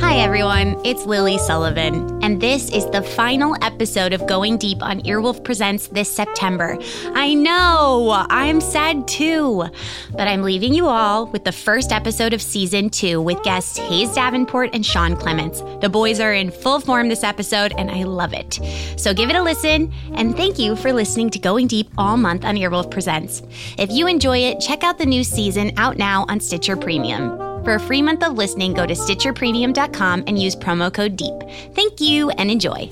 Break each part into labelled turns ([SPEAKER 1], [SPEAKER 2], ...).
[SPEAKER 1] Hi, everyone. It's Lily Sullivan, and this is the final episode of Going Deep on Earwolf Presents this September. I know, I'm sad too, but I'm leaving you all with the first episode of season two with guests Hayes Davenport and Sean Clements. The boys are in full form this episode, and I love it. So give it a listen, and thank you for listening to Going Deep all month on Earwolf Presents. If you enjoy it, check out the new season out now on Stitcher Premium. For a free month of listening, go to StitcherPremium.com and use promo code DEEP. Thank you and enjoy.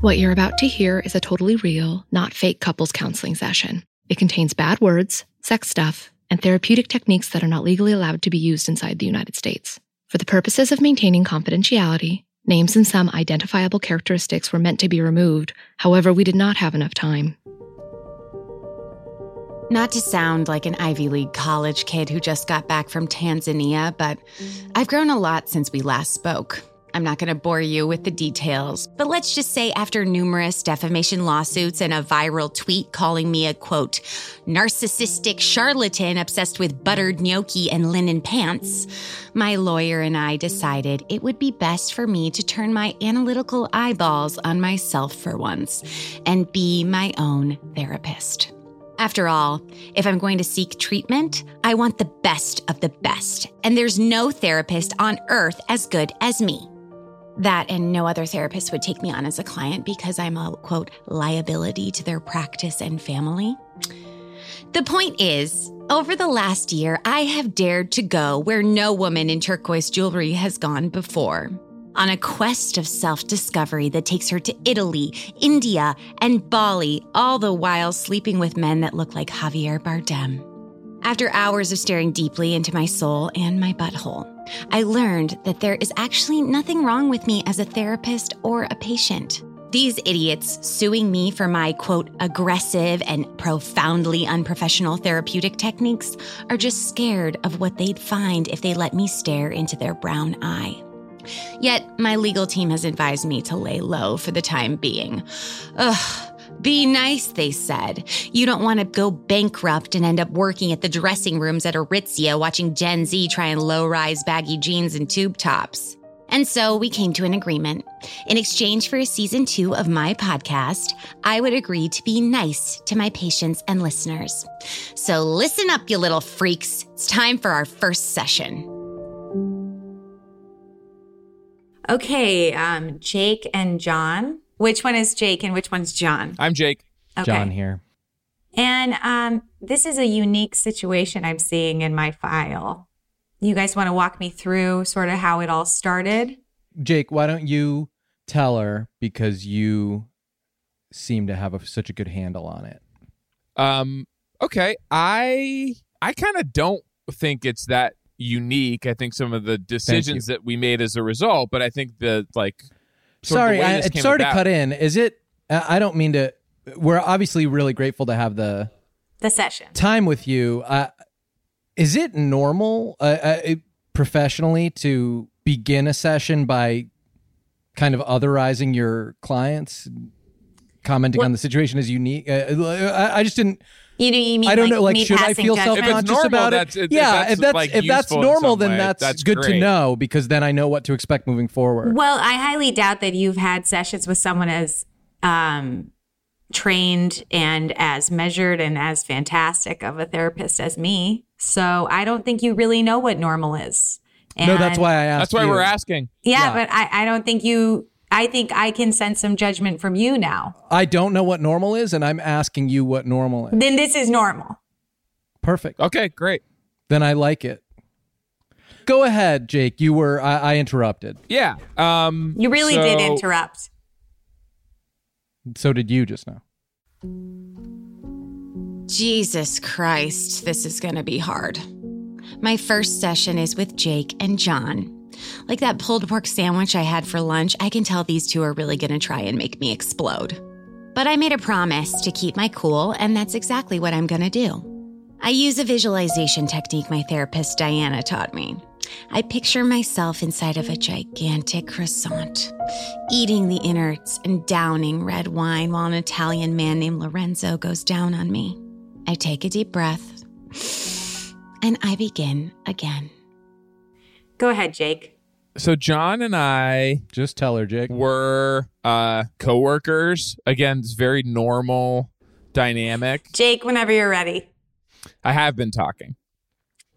[SPEAKER 2] What you're about to hear is a totally real, not fake couples counseling session. It contains bad words, sex stuff, and therapeutic techniques that are not legally allowed to be used inside the United States. For the purposes of maintaining confidentiality, names and some identifiable characteristics were meant to be removed. However, we did not have enough time.
[SPEAKER 1] Not to sound like an Ivy League college kid who just got back from Tanzania, but I've grown a lot since we last spoke. I'm not going to bore you with the details, but let's just say after numerous defamation lawsuits and a viral tweet calling me a quote, narcissistic charlatan obsessed with buttered gnocchi and linen pants, my lawyer and I decided it would be best for me to turn my analytical eyeballs on myself for once and be my own therapist. After all, if I'm going to seek treatment, I want the best of the best, and there's no therapist on earth as good as me. That and no other therapist would take me on as a client because I'm a quote liability to their practice and family. The point is, over the last year, I have dared to go where no woman in turquoise jewelry has gone before. On a quest of self discovery that takes her to Italy, India, and Bali, all the while sleeping with men that look like Javier Bardem. After hours of staring deeply into my soul and my butthole, I learned that there is actually nothing wrong with me as a therapist or a patient. These idiots suing me for my quote, aggressive and profoundly unprofessional therapeutic techniques are just scared of what they'd find if they let me stare into their brown eye. Yet, my legal team has advised me to lay low for the time being. Ugh. Be nice, they said. You don't want to go bankrupt and end up working at the dressing rooms at Aritzia watching Gen Z try and low rise baggy jeans and tube tops. And so we came to an agreement. In exchange for a season two of my podcast, I would agree to be nice to my patients and listeners. So listen up, you little freaks. It's time for our first session.
[SPEAKER 3] Okay, um, Jake and John. Which one is Jake and which one's John?
[SPEAKER 4] I'm Jake.
[SPEAKER 3] Okay.
[SPEAKER 5] Uh, John here.
[SPEAKER 3] And um, this is a unique situation I'm seeing in my file. You guys want to walk me through sort of how it all started?
[SPEAKER 5] Jake, why don't you tell her because you seem to have a, such a good handle on it.
[SPEAKER 4] Um, okay. I I kind of don't think it's that unique. I think some of the decisions that we made as a result, but I think the like. sort of the
[SPEAKER 5] sorry,
[SPEAKER 4] way
[SPEAKER 5] I,
[SPEAKER 4] this came
[SPEAKER 5] sorry to
[SPEAKER 4] about-
[SPEAKER 5] cut in. Is it? I I don't mean to. We're obviously really grateful to have the
[SPEAKER 3] The session.
[SPEAKER 5] time with you. Uh, is it normal, uh, uh, it- professionally, to begin a session by kind of otherizing your clients? Commenting on the situation is unique. Uh, I, I just didn't.
[SPEAKER 3] You know, you mean
[SPEAKER 5] I don't
[SPEAKER 3] like
[SPEAKER 5] know. Like,
[SPEAKER 3] me
[SPEAKER 5] should I
[SPEAKER 3] passing
[SPEAKER 5] feel
[SPEAKER 3] judgment?
[SPEAKER 5] self
[SPEAKER 4] If it's
[SPEAKER 5] conscious
[SPEAKER 4] normal,
[SPEAKER 5] about
[SPEAKER 4] that's-
[SPEAKER 5] it?
[SPEAKER 4] if
[SPEAKER 5] Yeah,
[SPEAKER 4] that's,
[SPEAKER 5] if that's
[SPEAKER 4] like,
[SPEAKER 5] if that's
[SPEAKER 4] useful in
[SPEAKER 5] normal,
[SPEAKER 4] some
[SPEAKER 5] then
[SPEAKER 4] way,
[SPEAKER 5] that's,
[SPEAKER 4] that's
[SPEAKER 5] good to
[SPEAKER 4] great.
[SPEAKER 5] know because then I know what to expect moving forward.
[SPEAKER 3] Well, I highly doubt that you've had sessions with someone as um, trained and as measured and as fantastic of a therapist as me. So I don't think you really know what normal is.
[SPEAKER 5] no, that's
[SPEAKER 3] And-
[SPEAKER 5] why I asked.
[SPEAKER 4] That's why
[SPEAKER 5] you.
[SPEAKER 4] we're asking.
[SPEAKER 3] Yeah,
[SPEAKER 5] yeah.
[SPEAKER 3] but I, I don't think you. I think I can sense some judgment from you now.
[SPEAKER 5] I don't know what normal is, and I'm asking you what normal is.
[SPEAKER 3] Then this is normal.
[SPEAKER 5] Perfect.
[SPEAKER 4] Okay, great.
[SPEAKER 5] Then I like it. Go ahead, Jake. You were I, I interrupted.
[SPEAKER 4] Yeah. Um,
[SPEAKER 3] You really
[SPEAKER 4] so-
[SPEAKER 3] did interrupt.
[SPEAKER 5] So did you just now.
[SPEAKER 1] Jesus Christ, this is going to be hard. My first session is with Jake and John. Like that pulled pork sandwich I had for lunch, I can tell these two are really going to try and make me explode. But I made a promise to keep my cool, and that's exactly what I'm going to do. I use a visualization technique my therapist Diana taught me. I picture myself inside of a gigantic croissant eating the innards and downing red wine while an Italian man named Lorenzo goes down on me. I take a deep breath and I begin again.
[SPEAKER 3] Go ahead, Jake.
[SPEAKER 4] So John and I
[SPEAKER 5] Just tell her, Jake.
[SPEAKER 4] were uh, coworkers. Again, it's very normal dynamic.
[SPEAKER 3] Jake, whenever you're ready.
[SPEAKER 4] I have been talking.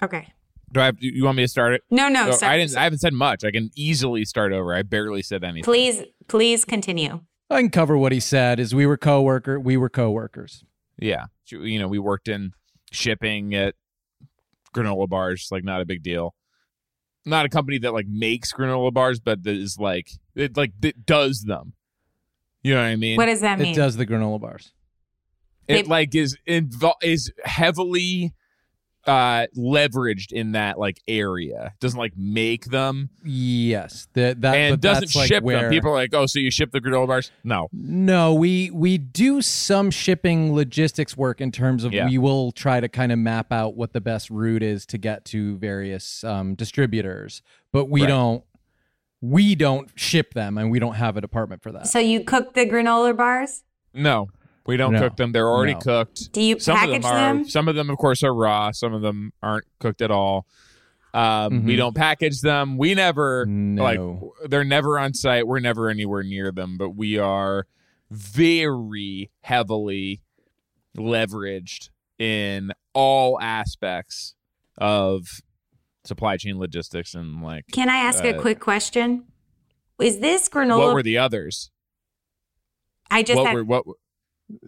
[SPEAKER 3] Okay.
[SPEAKER 4] Do I have, you want me to start it?
[SPEAKER 3] No, no.
[SPEAKER 4] Oh,
[SPEAKER 3] so-
[SPEAKER 4] I didn't. I haven't said much. I can easily start over. I barely said anything.
[SPEAKER 3] please, please continue.
[SPEAKER 5] I can cover what he said. Is we were coworker. We were coworkers.
[SPEAKER 4] Yeah, you know, we worked in shipping at granola bars. Like, not a big deal. Not a company that like makes granola bars, but that is like it like it does them. You know what I mean?
[SPEAKER 3] What does that mean?
[SPEAKER 5] It does the granola bars.
[SPEAKER 4] it
[SPEAKER 3] They-
[SPEAKER 4] like is invo- is heavily uh leveraged in that like area doesn't like make them
[SPEAKER 5] Yes, that that
[SPEAKER 4] and
[SPEAKER 5] but
[SPEAKER 4] doesn't
[SPEAKER 5] that's like
[SPEAKER 4] ship
[SPEAKER 5] where,
[SPEAKER 4] them people are like oh so you ship the granola bars no
[SPEAKER 5] No, we we do some shipping logistics work in terms of
[SPEAKER 4] Yeah.
[SPEAKER 5] we will try to kind of map out what the best route is to get to various um, distributors, but we
[SPEAKER 4] Right.
[SPEAKER 5] don't we don't ship them, and we don't have a department for that.
[SPEAKER 3] So you cook the granola bars?
[SPEAKER 4] no we don't
[SPEAKER 5] No.
[SPEAKER 4] cook them they're already
[SPEAKER 5] No.
[SPEAKER 4] cooked
[SPEAKER 3] Do you
[SPEAKER 4] some of
[SPEAKER 3] package
[SPEAKER 4] them are
[SPEAKER 3] them?
[SPEAKER 4] some of them of course are raw some of them aren't cooked at all um we
[SPEAKER 5] Mhm.
[SPEAKER 4] don't package them we never
[SPEAKER 5] No.
[SPEAKER 4] like they're never on site we're never anywhere near them but we are very heavily leveraged in all aspects of supply chain logistics and like
[SPEAKER 3] Can I ask
[SPEAKER 4] Uh,
[SPEAKER 3] a quick question? Is this granola?
[SPEAKER 4] what were the others
[SPEAKER 3] I just
[SPEAKER 4] what
[SPEAKER 3] had,
[SPEAKER 4] were what were-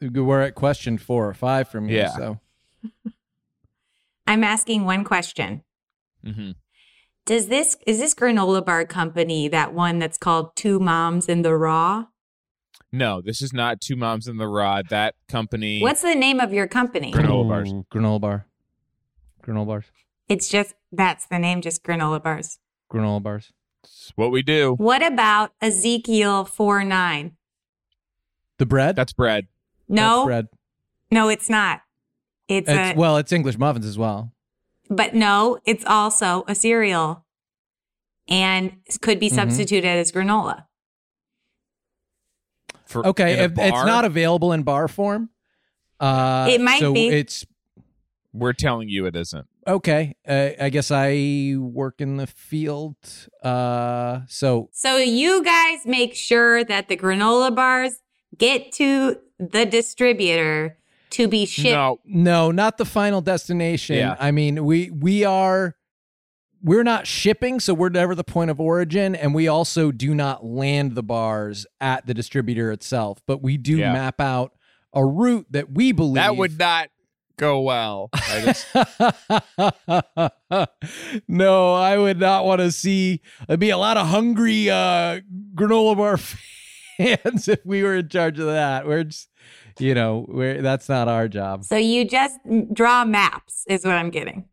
[SPEAKER 5] We're at question four or five from here,
[SPEAKER 4] Yeah.
[SPEAKER 5] so
[SPEAKER 3] I'm asking one question.
[SPEAKER 4] mhm.
[SPEAKER 3] Does this is this granola bar company that one that's called Two Moms in the Raw?
[SPEAKER 4] no this is not two moms in the rod that company
[SPEAKER 3] What's the name of your company?
[SPEAKER 4] Granola- bars.
[SPEAKER 5] Ooh, Mm, granola bar, granola bars,
[SPEAKER 3] It's just that's the name, just granola bars.
[SPEAKER 5] granola bars.
[SPEAKER 4] It's what we do
[SPEAKER 3] What about Ezekiel four nine?
[SPEAKER 5] The bread,
[SPEAKER 4] that's bread
[SPEAKER 5] That's
[SPEAKER 3] No,
[SPEAKER 5] bread.
[SPEAKER 3] no, it's not. It's, a
[SPEAKER 5] It's, well, it's English muffins as well.
[SPEAKER 3] but no, it's also a cereal, and could be
[SPEAKER 5] Mhm.
[SPEAKER 3] substituted as granola.
[SPEAKER 4] for
[SPEAKER 5] Okay,
[SPEAKER 4] in a
[SPEAKER 5] if it's
[SPEAKER 4] bar?
[SPEAKER 5] not available in bar form. Uh,
[SPEAKER 3] It might
[SPEAKER 5] so
[SPEAKER 3] be.
[SPEAKER 5] It's
[SPEAKER 4] we're telling you it isn't
[SPEAKER 5] okay uh, i guess i work in the field uh so
[SPEAKER 3] So you guys make sure that the granola bars get to the distributor to be shipped.
[SPEAKER 4] no
[SPEAKER 5] no not the final destination
[SPEAKER 4] Yeah.
[SPEAKER 5] i mean we we are we're not shipping so we're never the point of origin and we also do not land the bars at the distributor itself but we do
[SPEAKER 4] Yeah.
[SPEAKER 5] map out a route that we believe
[SPEAKER 4] That would not go well. I just-
[SPEAKER 5] no, I would not want to see. There'd be a lot of hungry uh, granola bar fans if we were in charge of that. We're just, you know, we're that's not our job.
[SPEAKER 3] So you just draw maps, is what I'm getting.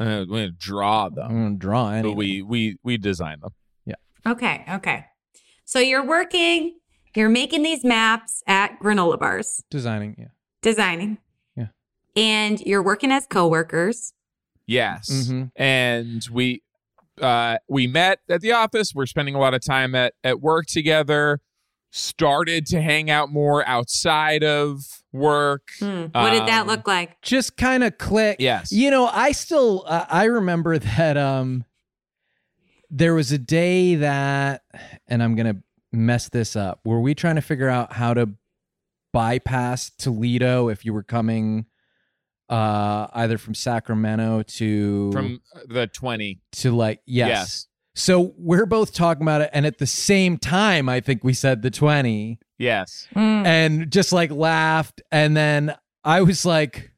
[SPEAKER 4] uh, we didn't draw
[SPEAKER 5] I'm
[SPEAKER 4] them,
[SPEAKER 5] gonna draw
[SPEAKER 4] but
[SPEAKER 5] anyway.
[SPEAKER 4] we we we design them.
[SPEAKER 3] Okay, okay. So you're working, you're making these maps at granola bars,
[SPEAKER 5] designing. Yeah.
[SPEAKER 3] designing.
[SPEAKER 5] Yeah.
[SPEAKER 3] And you're working as coworkers.
[SPEAKER 4] Yes,
[SPEAKER 5] Mhm.
[SPEAKER 4] and we uh, we met at the office. We're spending a lot of time at at work together. Started to hang out more outside of work.
[SPEAKER 3] Hmm. What did that
[SPEAKER 4] Um,
[SPEAKER 3] look like?
[SPEAKER 5] Just kind of click.
[SPEAKER 4] Yes.
[SPEAKER 5] Mm. You know, I still uh, I remember that um there was a day that and I'm going to mess this up. Were we trying to figure out how to bypass Toledo if you were coming uh either from Sacramento to
[SPEAKER 4] from the 20.
[SPEAKER 5] to like yes.
[SPEAKER 4] Yes.
[SPEAKER 5] So we're both talking about it and at the same time I think we said the 20
[SPEAKER 4] Yes.
[SPEAKER 3] Mm.
[SPEAKER 5] and just like laughed and then I was like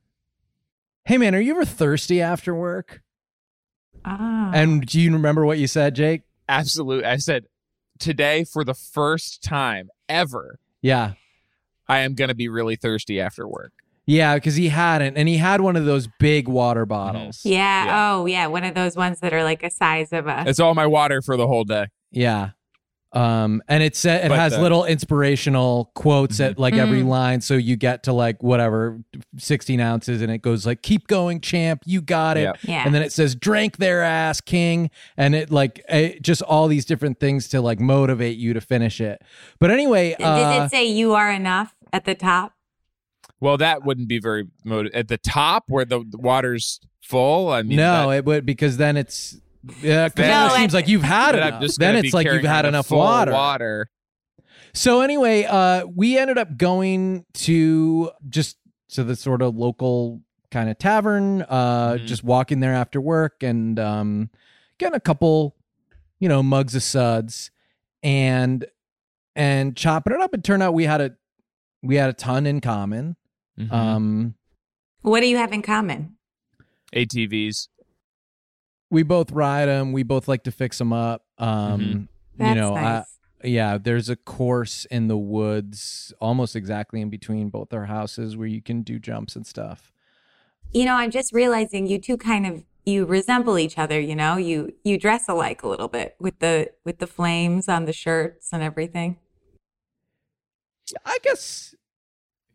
[SPEAKER 5] Hey man, are you ever thirsty after work?
[SPEAKER 3] Ah.
[SPEAKER 5] And do you remember what you said, Jake?
[SPEAKER 4] Absolute. I said today for the first time ever,
[SPEAKER 5] Yeah.
[SPEAKER 4] I am going to be really thirsty after work.
[SPEAKER 5] Yeah, because he hadn't, and he had one of those big water
[SPEAKER 4] Mm-hmm.
[SPEAKER 5] bottles.
[SPEAKER 3] yeah,
[SPEAKER 4] Yeah.
[SPEAKER 3] Oh, yeah. One of those ones that are like a size of a.
[SPEAKER 4] It's all my water for the whole day.
[SPEAKER 5] yeah. Um, and it said it
[SPEAKER 4] But
[SPEAKER 5] has
[SPEAKER 4] the- Mm-hmm.
[SPEAKER 5] little inspirational quotes at like every
[SPEAKER 3] Mm.
[SPEAKER 5] line, so you get to like whatever sixteen ounces, and it goes like "Keep going, champ, you got it,"
[SPEAKER 4] Yeah.
[SPEAKER 3] Yeah.
[SPEAKER 5] and then it says "Drank their ass, king," and it like it, just all these different things to like motivate you to finish it. But anyway,
[SPEAKER 3] Did
[SPEAKER 5] uh,
[SPEAKER 3] it say you are enough at the top?
[SPEAKER 4] Well, that wouldn't be very motiv- at the top where the, the water's full. I mean,
[SPEAKER 5] no,
[SPEAKER 4] that-
[SPEAKER 5] it would because then it's yeah, 'cause
[SPEAKER 4] Then
[SPEAKER 5] then it
[SPEAKER 3] it's-
[SPEAKER 5] seems like you've had
[SPEAKER 4] that I'm
[SPEAKER 5] enough.
[SPEAKER 4] just
[SPEAKER 5] Then
[SPEAKER 4] gonna
[SPEAKER 5] it's
[SPEAKER 4] be
[SPEAKER 5] like you've
[SPEAKER 4] carrying
[SPEAKER 5] had
[SPEAKER 4] around a
[SPEAKER 5] enough
[SPEAKER 4] full
[SPEAKER 5] water.
[SPEAKER 4] water.
[SPEAKER 5] So anyway, uh, we ended up going to just to the sort of local kind of tavern, uh,
[SPEAKER 4] Mhm.
[SPEAKER 5] just walking there after work and um, getting a couple, you know, mugs of suds and and chopping it up. It turned out we had a we had a ton in common.
[SPEAKER 4] Mm-hmm. uh,
[SPEAKER 5] Um,
[SPEAKER 3] What do you have in common?
[SPEAKER 4] ATVs.
[SPEAKER 5] we both ride them. We both like to fix them up. Um,
[SPEAKER 4] Mm-hmm.
[SPEAKER 3] That's
[SPEAKER 5] you know, I,
[SPEAKER 3] nice.
[SPEAKER 5] Yeah, there's a course in the woods almost exactly in between both our houses where you can do jumps and stuff.
[SPEAKER 3] you know, I'm just realizing you two kind of you resemble each other. You know, you you dress alike a little bit with the with the flames on the shirts and everything.
[SPEAKER 5] I guess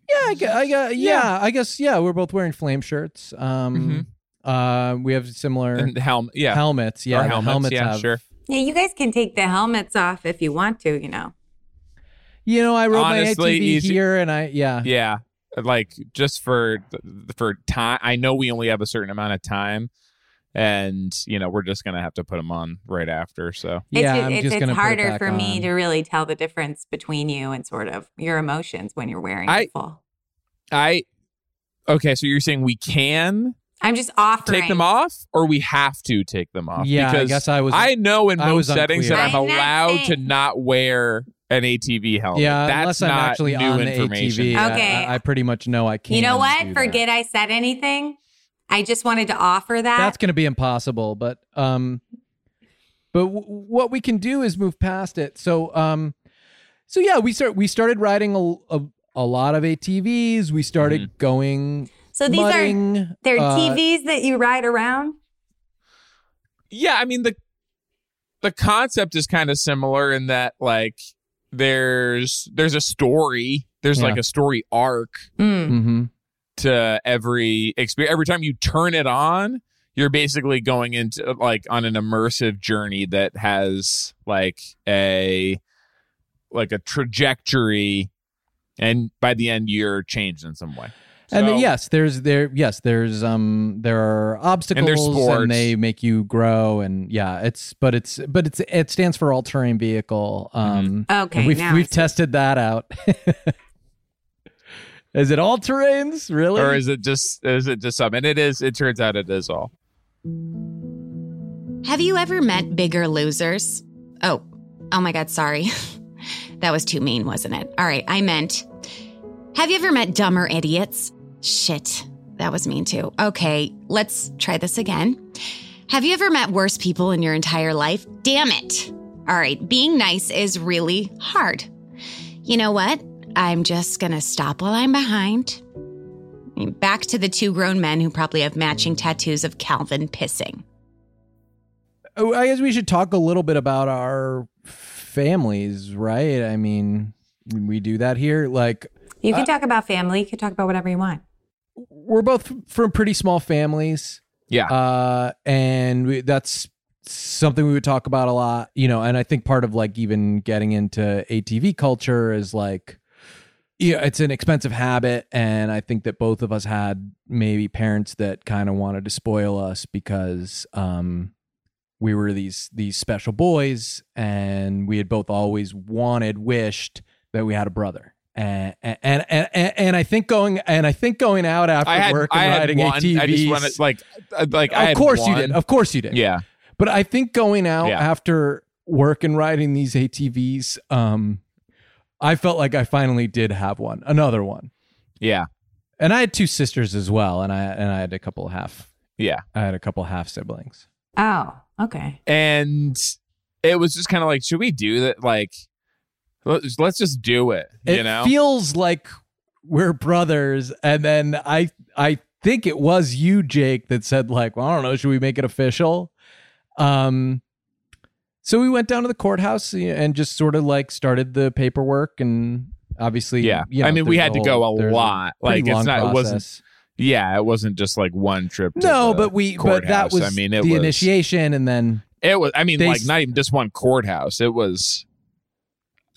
[SPEAKER 5] yeah, I guess, I gue- yeah, I guess yeah, we're both wearing flame shirts. Um uh we have similar
[SPEAKER 4] Mm-hmm. And helm. Yeah.
[SPEAKER 5] helmets. Yeah,
[SPEAKER 4] Our
[SPEAKER 5] the
[SPEAKER 4] helmets, yeah,
[SPEAKER 5] have-
[SPEAKER 4] sure.
[SPEAKER 3] Yeah, you guys can take the helmets off if you want to. You know,
[SPEAKER 5] You know, I rode
[SPEAKER 4] Honestly,
[SPEAKER 5] my ATV
[SPEAKER 4] easy-
[SPEAKER 5] here and I yeah.
[SPEAKER 4] Yeah. Like just for for time. I know we only have a certain amount of time and you know, we're just going to have to put them on right after, so.
[SPEAKER 3] it's
[SPEAKER 5] yeah,
[SPEAKER 3] ju-
[SPEAKER 5] I'm
[SPEAKER 3] it's,
[SPEAKER 5] just
[SPEAKER 3] it's
[SPEAKER 5] gonna put it
[SPEAKER 3] harder
[SPEAKER 5] back
[SPEAKER 3] for me
[SPEAKER 5] on.
[SPEAKER 3] to really tell the difference between you and sort of your emotions when you're wearing
[SPEAKER 4] I-
[SPEAKER 3] it full.
[SPEAKER 4] I Okay, so you're saying we can
[SPEAKER 3] I'm just offering.
[SPEAKER 4] take them off or we have to take them off?
[SPEAKER 5] Yeah, I
[SPEAKER 4] because
[SPEAKER 5] guess I was
[SPEAKER 4] I know in
[SPEAKER 5] I
[SPEAKER 4] most
[SPEAKER 5] was
[SPEAKER 4] settings that
[SPEAKER 3] I'm not
[SPEAKER 4] I'm,
[SPEAKER 5] unclear.
[SPEAKER 4] allowed to
[SPEAKER 3] saying-
[SPEAKER 4] not wear an ATV helmet.
[SPEAKER 5] yeah,
[SPEAKER 4] That's
[SPEAKER 5] unless I'm
[SPEAKER 4] not
[SPEAKER 5] actually
[SPEAKER 4] new
[SPEAKER 5] on the
[SPEAKER 4] information.
[SPEAKER 5] ATV, I-
[SPEAKER 3] Okay.
[SPEAKER 5] I, I pretty much know I can't.
[SPEAKER 3] You know
[SPEAKER 5] do
[SPEAKER 3] what?
[SPEAKER 5] that.
[SPEAKER 3] Forget I said anything. I just wanted to offer that.
[SPEAKER 5] that's going to be impossible but um but w- what we can do is move past it so um so yeah we start we started riding a a, a lot of ATVs we started
[SPEAKER 4] Mm-hmm.
[SPEAKER 5] going
[SPEAKER 3] so these are
[SPEAKER 5] mudding,
[SPEAKER 3] they're
[SPEAKER 5] uh,
[SPEAKER 3] TVs that you ride around.
[SPEAKER 4] yeah i mean the the concept is kind of similar in that like there's there's a story there's
[SPEAKER 5] Yeah.
[SPEAKER 4] like a story arc
[SPEAKER 3] Mm.
[SPEAKER 5] mhm.
[SPEAKER 4] to every experience every time you turn it on you're basically going into like on an immersive journey that has like a like a trajectory and by the end you're changed in some way
[SPEAKER 5] and then,
[SPEAKER 4] So-
[SPEAKER 5] yes there's there yes there's um there are obstacles
[SPEAKER 4] sports.
[SPEAKER 5] they make you grow and yeah it's but it's but it's it stands for all terrain vehicle
[SPEAKER 4] Mm-hmm.
[SPEAKER 5] um
[SPEAKER 3] Okay,
[SPEAKER 5] and we've,
[SPEAKER 3] now I
[SPEAKER 5] we've
[SPEAKER 3] see.
[SPEAKER 5] tested that out is it all terrains really
[SPEAKER 4] or is it just is it just some and it is it turns out it is all
[SPEAKER 1] Have you ever met bigger losers? Oh, oh my God, sorry. that was too mean, wasn't it? All right, I meant. Have you ever met dumber idiots? Shit, that was mean too. Okay, let's try this again. Have you ever met worse people in your entire life? Damn it. All right, being nice is really hard. You know what? I'm just gonna stop while I'm behind. Back to the two grown men who probably have matching tattoos of Calvin pissing.
[SPEAKER 5] Oh, I guess we should talk a little bit about our families, right? I mean, we do that here. Like,
[SPEAKER 3] You can
[SPEAKER 5] Uh,
[SPEAKER 3] talk about family. You can talk about whatever you want.
[SPEAKER 5] we're both from pretty small families,
[SPEAKER 4] yeah
[SPEAKER 5] uh, and we, that's something we would talk about a lot, you know. And I think part of like even getting into ATV culture is like, yeah, it's an expensive habit, and I think that both of us had maybe parents that kind of wanted to spoil us because, um, we were these these special boys and we had both always wanted wished that we had a brother And, and and and and I think going and I think going out after
[SPEAKER 4] I had
[SPEAKER 5] work
[SPEAKER 4] I
[SPEAKER 5] and
[SPEAKER 4] had
[SPEAKER 5] riding
[SPEAKER 4] one.
[SPEAKER 5] ATVs.
[SPEAKER 4] I just wanted like I- like I
[SPEAKER 5] of
[SPEAKER 4] had
[SPEAKER 5] course you
[SPEAKER 4] one.
[SPEAKER 5] did. Of course you did.
[SPEAKER 4] yeah.
[SPEAKER 5] But I think going out
[SPEAKER 4] Yeah.
[SPEAKER 5] after work and riding these ATVs, um, I felt like I finally did have one, another one.
[SPEAKER 4] Yeah.
[SPEAKER 5] And I had two sisters as well, and I and I had a couple half.
[SPEAKER 4] Yeah.
[SPEAKER 5] I had a couple half siblings.
[SPEAKER 3] Oh, okay.
[SPEAKER 4] And it was just kind of like, should we do that? Like, let's, let's just do it. You
[SPEAKER 5] it
[SPEAKER 4] know?
[SPEAKER 5] feels like we're brothers, and then I I think it was you, Jake, that said like, well, I don't know, should we make it official? Um, so we went down to the courthouse and just sort of like started the paperwork and. Obviously,
[SPEAKER 4] yeah.
[SPEAKER 5] you know,
[SPEAKER 4] I mean, we
[SPEAKER 5] there's
[SPEAKER 4] had
[SPEAKER 5] the
[SPEAKER 4] to go
[SPEAKER 5] whole-
[SPEAKER 4] a
[SPEAKER 5] there's
[SPEAKER 4] lot.
[SPEAKER 5] pretty
[SPEAKER 4] Like, it's
[SPEAKER 5] long
[SPEAKER 4] not. It wasn't.
[SPEAKER 5] process.
[SPEAKER 4] Yeah. It wasn't just like one trip. To
[SPEAKER 5] no
[SPEAKER 4] the
[SPEAKER 5] but we but that
[SPEAKER 4] courthouse.
[SPEAKER 5] was
[SPEAKER 4] I mean, it
[SPEAKER 5] the
[SPEAKER 4] was
[SPEAKER 5] initiation and then
[SPEAKER 4] It was. I mean,
[SPEAKER 5] They
[SPEAKER 4] like
[SPEAKER 5] s-
[SPEAKER 4] not even just one courthouse. It was.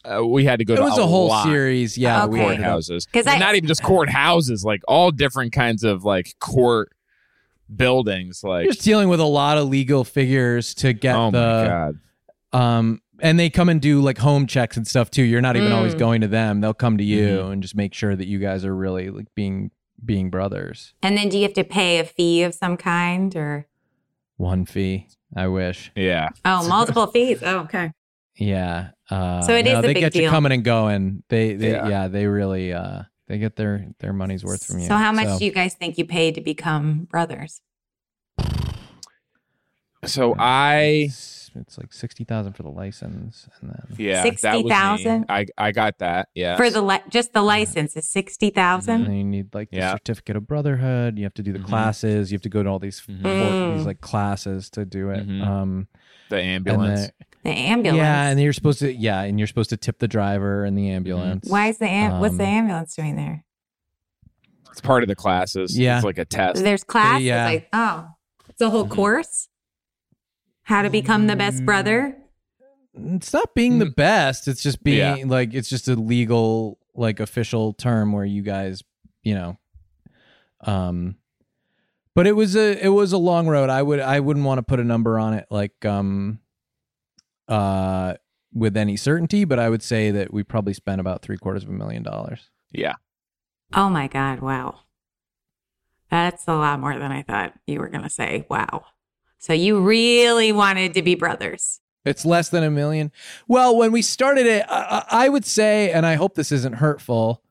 [SPEAKER 4] Uh, we had to go
[SPEAKER 5] it
[SPEAKER 4] to
[SPEAKER 5] was a, whole
[SPEAKER 4] lot
[SPEAKER 5] series yeah
[SPEAKER 4] of
[SPEAKER 5] we
[SPEAKER 3] Okay.
[SPEAKER 5] ended up-
[SPEAKER 4] courthouses.
[SPEAKER 3] 'Cause
[SPEAKER 4] And
[SPEAKER 3] I-
[SPEAKER 4] not even just courthouses, like all different kinds of like court buildings. Like,
[SPEAKER 5] just dealing with a lot of legal figures to get
[SPEAKER 4] oh my
[SPEAKER 5] the
[SPEAKER 4] god,
[SPEAKER 5] um and they come and do like home checks and stuff too you're not even always
[SPEAKER 3] Mm.
[SPEAKER 5] going to them they'll come to you
[SPEAKER 4] Mhm.
[SPEAKER 5] and just make sure that you guys are really like being being brothers
[SPEAKER 3] And then do you have to pay a fee of some kind or
[SPEAKER 5] one fee i wish
[SPEAKER 4] yeah.
[SPEAKER 3] oh multiple fees? Oh, okay.
[SPEAKER 5] yeah uh
[SPEAKER 3] So it is
[SPEAKER 5] no,
[SPEAKER 3] a
[SPEAKER 5] they
[SPEAKER 3] big
[SPEAKER 5] get you
[SPEAKER 3] deal.
[SPEAKER 5] coming and going they they yeah,
[SPEAKER 4] Yeah.
[SPEAKER 5] they really uh they get their their money's worth from you
[SPEAKER 3] So how much do you guys think you paid to become brothers?
[SPEAKER 4] So I,
[SPEAKER 5] it's, it's like sixty thousand for the license, and then
[SPEAKER 4] yeah, that was me.
[SPEAKER 3] 60,000?
[SPEAKER 4] I I got that. Yeah,
[SPEAKER 3] For the li- just the license is sixty
[SPEAKER 5] and
[SPEAKER 3] thousand.
[SPEAKER 5] then you need like the
[SPEAKER 4] Yeah.
[SPEAKER 5] certificate of brotherhood. You have to do the
[SPEAKER 4] Mhm.
[SPEAKER 5] classes. You have to go to all these
[SPEAKER 4] Mhm.
[SPEAKER 5] for- these
[SPEAKER 3] Mm.
[SPEAKER 5] like classes to do it.
[SPEAKER 4] Mhm.
[SPEAKER 5] Um,
[SPEAKER 4] the
[SPEAKER 5] and
[SPEAKER 4] ambulance.
[SPEAKER 5] the-
[SPEAKER 3] The ambulance.
[SPEAKER 5] yeah, and you're supposed to yeah, and you're supposed to tip the driver and the ambulance.
[SPEAKER 3] Why is the am- what's the
[SPEAKER 5] Um,
[SPEAKER 3] ambulance doing there?
[SPEAKER 4] it's part of the classes.
[SPEAKER 5] Yeah.
[SPEAKER 4] it's like a test.
[SPEAKER 3] There's classes.
[SPEAKER 5] yeah. Mm-hmm.
[SPEAKER 3] Like oh, it's a whole
[SPEAKER 4] Mhm.
[SPEAKER 3] course. How to become the best brother.
[SPEAKER 5] Mm-hmm. It's not being the best. It's just being
[SPEAKER 4] Yeah.
[SPEAKER 5] like it's just a legal like official term where you guys, you know, um but it was a it was a long road. I would I wouldn't want to put a number on it like um uh with any certainty, but I would say that we probably spent about three quarters of a million dollars.
[SPEAKER 4] yeah,
[SPEAKER 3] Oh my God! Wow, that's a lot more than I thought you were gonna say. Wow. So you really wanted to be brothers.
[SPEAKER 5] It's less than a million. Well, when we started it, I, I I would say, and I hope this isn't hurtful,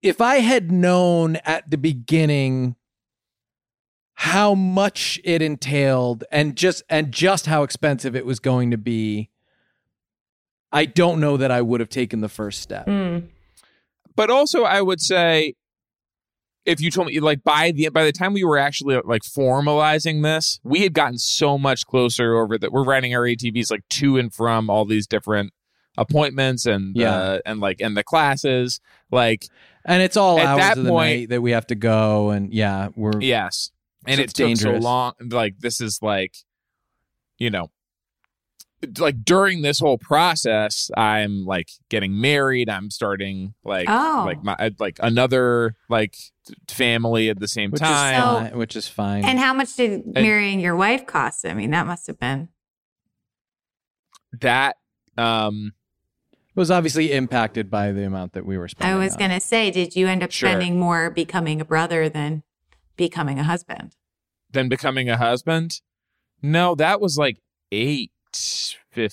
[SPEAKER 5] if I had known at the beginning how much it entailed and just and just how expensive it was going to be, I don't know that I would have taken the first step.
[SPEAKER 3] Mm.
[SPEAKER 4] but also I would say, if you told me like by the by the time we were actually like formalizing this, we had gotten so much closer over that we're riding our ATVs like to and from all these different appointments and
[SPEAKER 5] Yeah.
[SPEAKER 4] uh, and like and the classes like
[SPEAKER 5] And it's all
[SPEAKER 4] At
[SPEAKER 5] hours
[SPEAKER 4] that
[SPEAKER 5] of the
[SPEAKER 4] point-
[SPEAKER 5] night that we have to go and yeah, we're
[SPEAKER 4] Yes. And
[SPEAKER 5] So
[SPEAKER 4] it
[SPEAKER 5] it's
[SPEAKER 4] took
[SPEAKER 5] dangerous.
[SPEAKER 4] so long. Like this is like, you know, like during this whole process, I'm like getting married. I'm starting like
[SPEAKER 3] Oh.
[SPEAKER 4] like my uh, like another like family at the same
[SPEAKER 5] which is
[SPEAKER 4] time.
[SPEAKER 3] So-
[SPEAKER 5] fine, which is fine.
[SPEAKER 3] And how much did marrying your wife cost? I mean, that must have been.
[SPEAKER 4] that um
[SPEAKER 5] it was obviously impacted by the amount that we were spending.
[SPEAKER 3] I was
[SPEAKER 5] on it.
[SPEAKER 3] going to say, did you end up
[SPEAKER 4] Sure.
[SPEAKER 3] spending more becoming a brother than becoming a husband?
[SPEAKER 4] then becoming a husband. No, that was like eight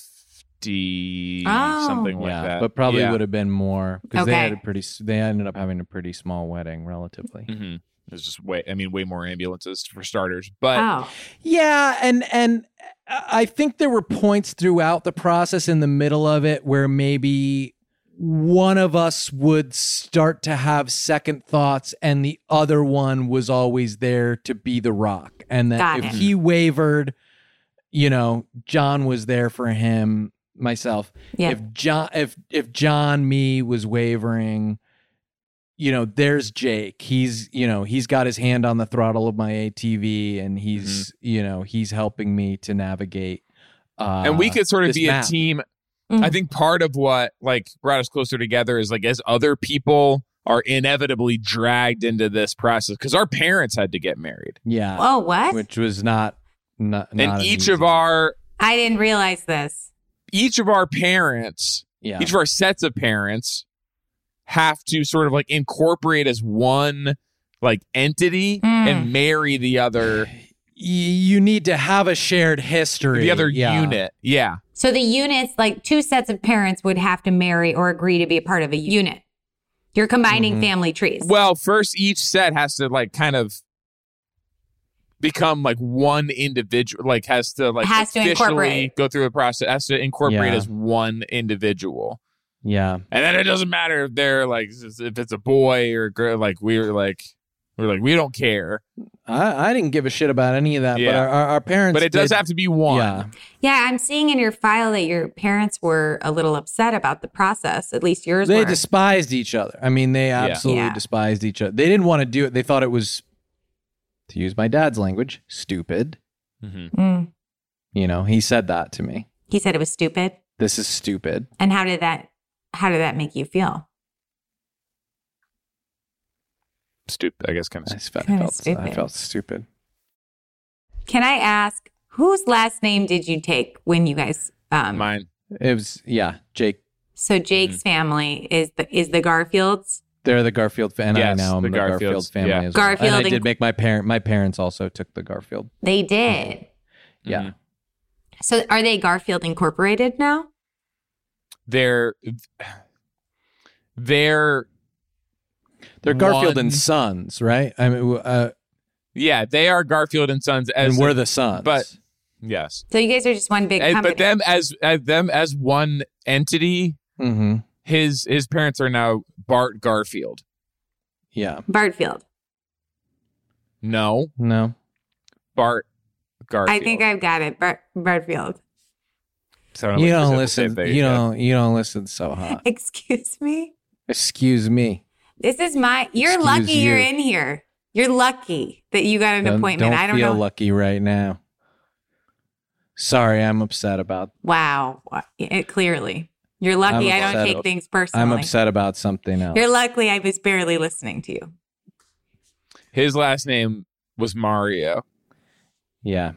[SPEAKER 4] fifty
[SPEAKER 3] Oh.
[SPEAKER 4] something like
[SPEAKER 5] yeah,
[SPEAKER 4] that.
[SPEAKER 5] but probably
[SPEAKER 4] yeah.
[SPEAKER 5] would have been more because they
[SPEAKER 3] Okay.
[SPEAKER 5] had a pretty. s- They ended up having a pretty small wedding, relatively.
[SPEAKER 4] Mm-hmm. There's just way. I mean, way more ambulances for starters. But
[SPEAKER 3] oh,
[SPEAKER 5] Yeah, and and I think there were points throughout the process in the middle of it where maybe one of us would start to have second thoughts, and the other one was always there to be the rock, and that
[SPEAKER 3] Got
[SPEAKER 5] if
[SPEAKER 3] it.
[SPEAKER 5] he wavered, you know, John was there for him. Myself,
[SPEAKER 3] yeah.
[SPEAKER 5] if John if if John me was wavering, you know, there's Jake. He's you know he's got his hand on the throttle of my ATV, and he's
[SPEAKER 4] Mm-hmm.
[SPEAKER 5] you know he's helping me to navigate. Uh,
[SPEAKER 4] and we could sort of
[SPEAKER 5] this
[SPEAKER 4] be
[SPEAKER 5] map.
[SPEAKER 4] a team
[SPEAKER 3] Mm.
[SPEAKER 4] I think part of what like brought us closer together is like as other people are inevitably dragged into this process because our parents had to get married,
[SPEAKER 5] yeah,
[SPEAKER 3] oh, what?
[SPEAKER 5] which was not not, not
[SPEAKER 4] and
[SPEAKER 5] an
[SPEAKER 4] each
[SPEAKER 5] easy-
[SPEAKER 4] of our
[SPEAKER 3] I didn't realize this.
[SPEAKER 4] each of our parents,
[SPEAKER 5] yeah
[SPEAKER 4] each of our sets of parents, have to sort of like incorporate as one like entity and marry the other
[SPEAKER 5] you need to have a shared history.
[SPEAKER 4] the other
[SPEAKER 5] Yeah.
[SPEAKER 4] unit. Yeah.
[SPEAKER 3] So the units, like two sets of parents, would have to marry or agree to be a part of a unit. You're combining family trees.
[SPEAKER 4] Well, first each set has to like kind of become like one individual like has to like
[SPEAKER 3] Has to
[SPEAKER 4] officially
[SPEAKER 3] incorporate.
[SPEAKER 4] go through the process has to incorporate
[SPEAKER 5] Yeah.
[SPEAKER 4] as one individual.
[SPEAKER 5] Yeah.
[SPEAKER 4] And then it doesn't matter if they're like if it's a boy or a girl like we're like we're like we don't care.
[SPEAKER 5] I, I didn't give a shit about any of that, but
[SPEAKER 4] Yeah.
[SPEAKER 5] our, our, our parents.
[SPEAKER 4] But it does
[SPEAKER 5] did-
[SPEAKER 4] have to be one.
[SPEAKER 5] Yeah.
[SPEAKER 3] yeah, I'm seeing in your file that your parents were a little upset about the process. At least yours
[SPEAKER 5] They
[SPEAKER 3] were.
[SPEAKER 5] despised each other. I mean, they absolutely
[SPEAKER 3] Yeah.
[SPEAKER 5] despised each other. They didn't want to do it. They thought it was, to use my dad's language, stupid.
[SPEAKER 4] Mhm.
[SPEAKER 3] Mm.
[SPEAKER 5] You know, he said that to me.
[SPEAKER 3] He said it was stupid.
[SPEAKER 5] This is stupid.
[SPEAKER 3] And how did that? How did that make you feel?
[SPEAKER 4] Stupid, I guess kind
[SPEAKER 5] I,
[SPEAKER 4] of.
[SPEAKER 5] just felt,
[SPEAKER 3] Kinda
[SPEAKER 5] felt- I
[SPEAKER 3] stupid.
[SPEAKER 5] felt stupid.
[SPEAKER 3] Can I ask whose last name did you take when you guys? Um,
[SPEAKER 4] Mine.
[SPEAKER 5] It was, yeah, Jake.
[SPEAKER 3] so Jake's
[SPEAKER 5] Mm-hmm.
[SPEAKER 3] family is the is the Garfields.
[SPEAKER 5] They're the Garfield family.
[SPEAKER 4] Yes,
[SPEAKER 5] And I now I'm
[SPEAKER 4] the
[SPEAKER 5] the, Garfield
[SPEAKER 4] Garfields,
[SPEAKER 5] family
[SPEAKER 4] yeah.
[SPEAKER 5] as well.
[SPEAKER 3] Garfield
[SPEAKER 5] and I
[SPEAKER 3] and-
[SPEAKER 5] did make my parent. My parents also took the Garfield.
[SPEAKER 3] They did.
[SPEAKER 5] Mm-hmm. Yeah.
[SPEAKER 4] Mhm.
[SPEAKER 3] So are they Garfield Incorporated now?
[SPEAKER 4] They're they're
[SPEAKER 5] They're Garfield
[SPEAKER 4] One-
[SPEAKER 5] and Sons, right? I mean, uh,
[SPEAKER 4] yeah, they are Garfield and Sons as
[SPEAKER 5] and we're the Sons.
[SPEAKER 4] but- yes.
[SPEAKER 3] So you guys are just one big
[SPEAKER 4] And-
[SPEAKER 3] company.
[SPEAKER 4] Eh, but them as, as them as one entity
[SPEAKER 5] hmm
[SPEAKER 4] his his parents are now bart garfield
[SPEAKER 5] yeah,
[SPEAKER 3] Bartfield.
[SPEAKER 4] no
[SPEAKER 5] no,
[SPEAKER 4] bart garfield
[SPEAKER 3] I think I've got it. Bart- Bartfield.
[SPEAKER 4] Sounded
[SPEAKER 5] you
[SPEAKER 4] like
[SPEAKER 5] don't
[SPEAKER 4] said the
[SPEAKER 5] listen.
[SPEAKER 4] same thing,
[SPEAKER 5] you
[SPEAKER 4] yeah.
[SPEAKER 5] don't. You don't listen so hot.
[SPEAKER 3] Excuse me.
[SPEAKER 5] Excuse me.
[SPEAKER 3] This is my. You're
[SPEAKER 5] Excuse
[SPEAKER 3] lucky you. are
[SPEAKER 5] you.
[SPEAKER 3] in here. You're lucky that you got an
[SPEAKER 5] Don't-
[SPEAKER 3] appointment.
[SPEAKER 5] Don't
[SPEAKER 3] I don't
[SPEAKER 5] feel
[SPEAKER 3] know.
[SPEAKER 5] lucky right now. Sorry, I'm upset about.
[SPEAKER 3] wow. It, clearly, you're lucky.
[SPEAKER 5] I'm
[SPEAKER 3] I don't
[SPEAKER 5] upset.
[SPEAKER 3] take things personally.
[SPEAKER 5] I'm upset about something else.
[SPEAKER 3] You're lucky. I was barely listening to you.
[SPEAKER 4] his last name was mario
[SPEAKER 5] yeah,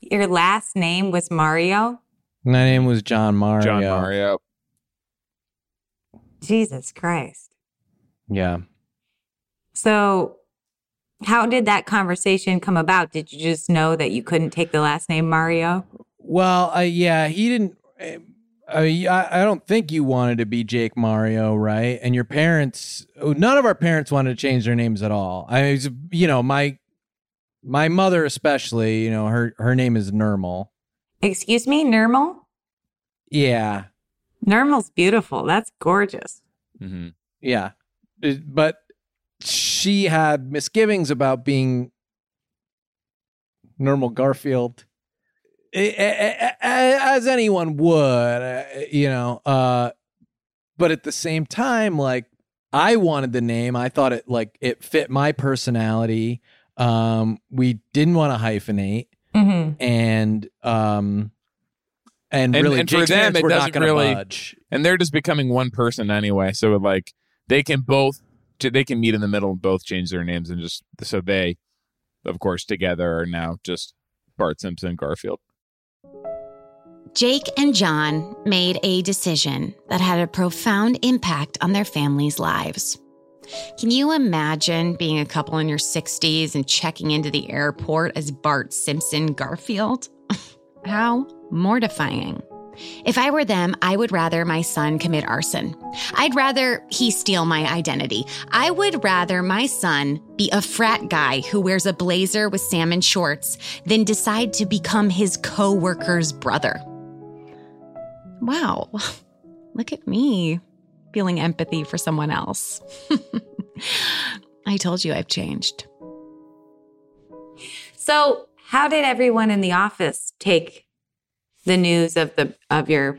[SPEAKER 3] Your last name was Mario.
[SPEAKER 5] my name was John Mario.
[SPEAKER 4] john mario
[SPEAKER 3] Jesus Christ.
[SPEAKER 5] Yeah,
[SPEAKER 3] So, how did that conversation come about? Did you just know that you couldn't take the last name Mario?
[SPEAKER 5] Well, uh, yeah, he didn't. uh, I, mean, I I don't think you wanted to be Jake Mario, right? And your parents, oh, none of our parents wanted to change their names at all. I was, you know, my my mother especially, you know, her her name is Normal.
[SPEAKER 3] Excuse me, Nermal?
[SPEAKER 5] Yeah,
[SPEAKER 3] Nermal's beautiful. That's gorgeous.
[SPEAKER 4] hmm
[SPEAKER 5] yeah, It- but she had misgivings about being Normal Garfield. A- a- a- a- as anyone would, uh, you know. Uh, but at the same time, like I wanted the name. I thought it like it fit my personality. Um, we didn't want to hyphenate,
[SPEAKER 3] Mm-hmm.
[SPEAKER 5] and um, and,
[SPEAKER 4] And-
[SPEAKER 5] really,
[SPEAKER 4] and for
[SPEAKER 5] Jake's
[SPEAKER 4] them,
[SPEAKER 5] parents
[SPEAKER 4] it
[SPEAKER 5] were not
[SPEAKER 4] doesn't
[SPEAKER 5] gonna
[SPEAKER 4] really-
[SPEAKER 5] budge.
[SPEAKER 4] and they're just becoming one person anyway so like they can both they can meet in the middle and both change their names and just so they of course together are now just bart simpson garfield
[SPEAKER 1] Jake and John made a decision that had a profound impact on their families' lives. Can you imagine being a couple in your 60s and checking into the airport as Bart Simpson Garfield? How mortifying. If I were them, I would rather my son commit arson. I'd rather he steal my identity. I would rather my son be a frat guy who wears a blazer with salmon shorts than decide to become his coworker's brother. Wow. Look at me feeling empathy for someone else. I told you I've changed.
[SPEAKER 3] So, how did everyone in the office take the news of the of your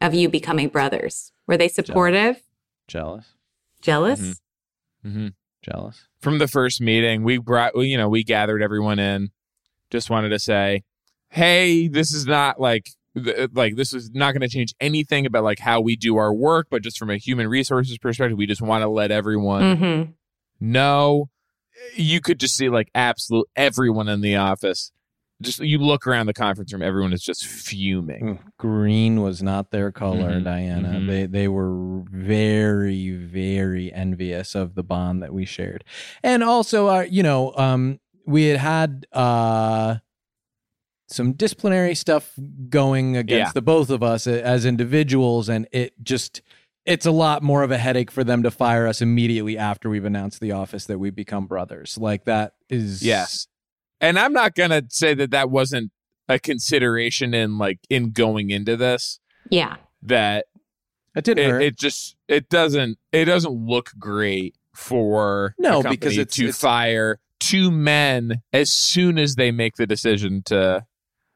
[SPEAKER 3] of you becoming brothers? Were they supportive?
[SPEAKER 5] Jealous,
[SPEAKER 3] Jealous?
[SPEAKER 4] Mhm. hmm
[SPEAKER 5] jealous.
[SPEAKER 4] from the first meeting, we brought, we, you know, we gathered everyone in. Just wanted to say, hey, this is not like, th- uh, like this is not going to change anything about like how we do our work, but just from a human resources perspective, we just want to let everyone
[SPEAKER 3] Mhm.
[SPEAKER 4] no, you could just see like absolute everyone in the office Just you look around the conference room, everyone is just
[SPEAKER 5] Mm.
[SPEAKER 4] fuming.
[SPEAKER 5] Green was not their color,
[SPEAKER 4] Mhm,
[SPEAKER 5] Diana.
[SPEAKER 4] mhm.
[SPEAKER 5] They they were very very envious of the bond that we shared, and also our you know um we had had uh some disciplinary stuff going against
[SPEAKER 4] Yeah.
[SPEAKER 5] the both of us a- as individuals, and it just it's a lot more of a headache for them to fire us immediately after we've announced the office that we become brothers. Like that is
[SPEAKER 4] Yes. And I'm not going to say that that wasn't a consideration in like in going into this
[SPEAKER 3] Yeah.
[SPEAKER 4] that
[SPEAKER 5] that did
[SPEAKER 4] it,
[SPEAKER 5] hurt.
[SPEAKER 4] it just it doesn't it doesn't look great for
[SPEAKER 5] No,
[SPEAKER 4] the company
[SPEAKER 5] because it's-
[SPEAKER 4] to
[SPEAKER 5] it's-
[SPEAKER 4] fire two men as soon as they make the decision to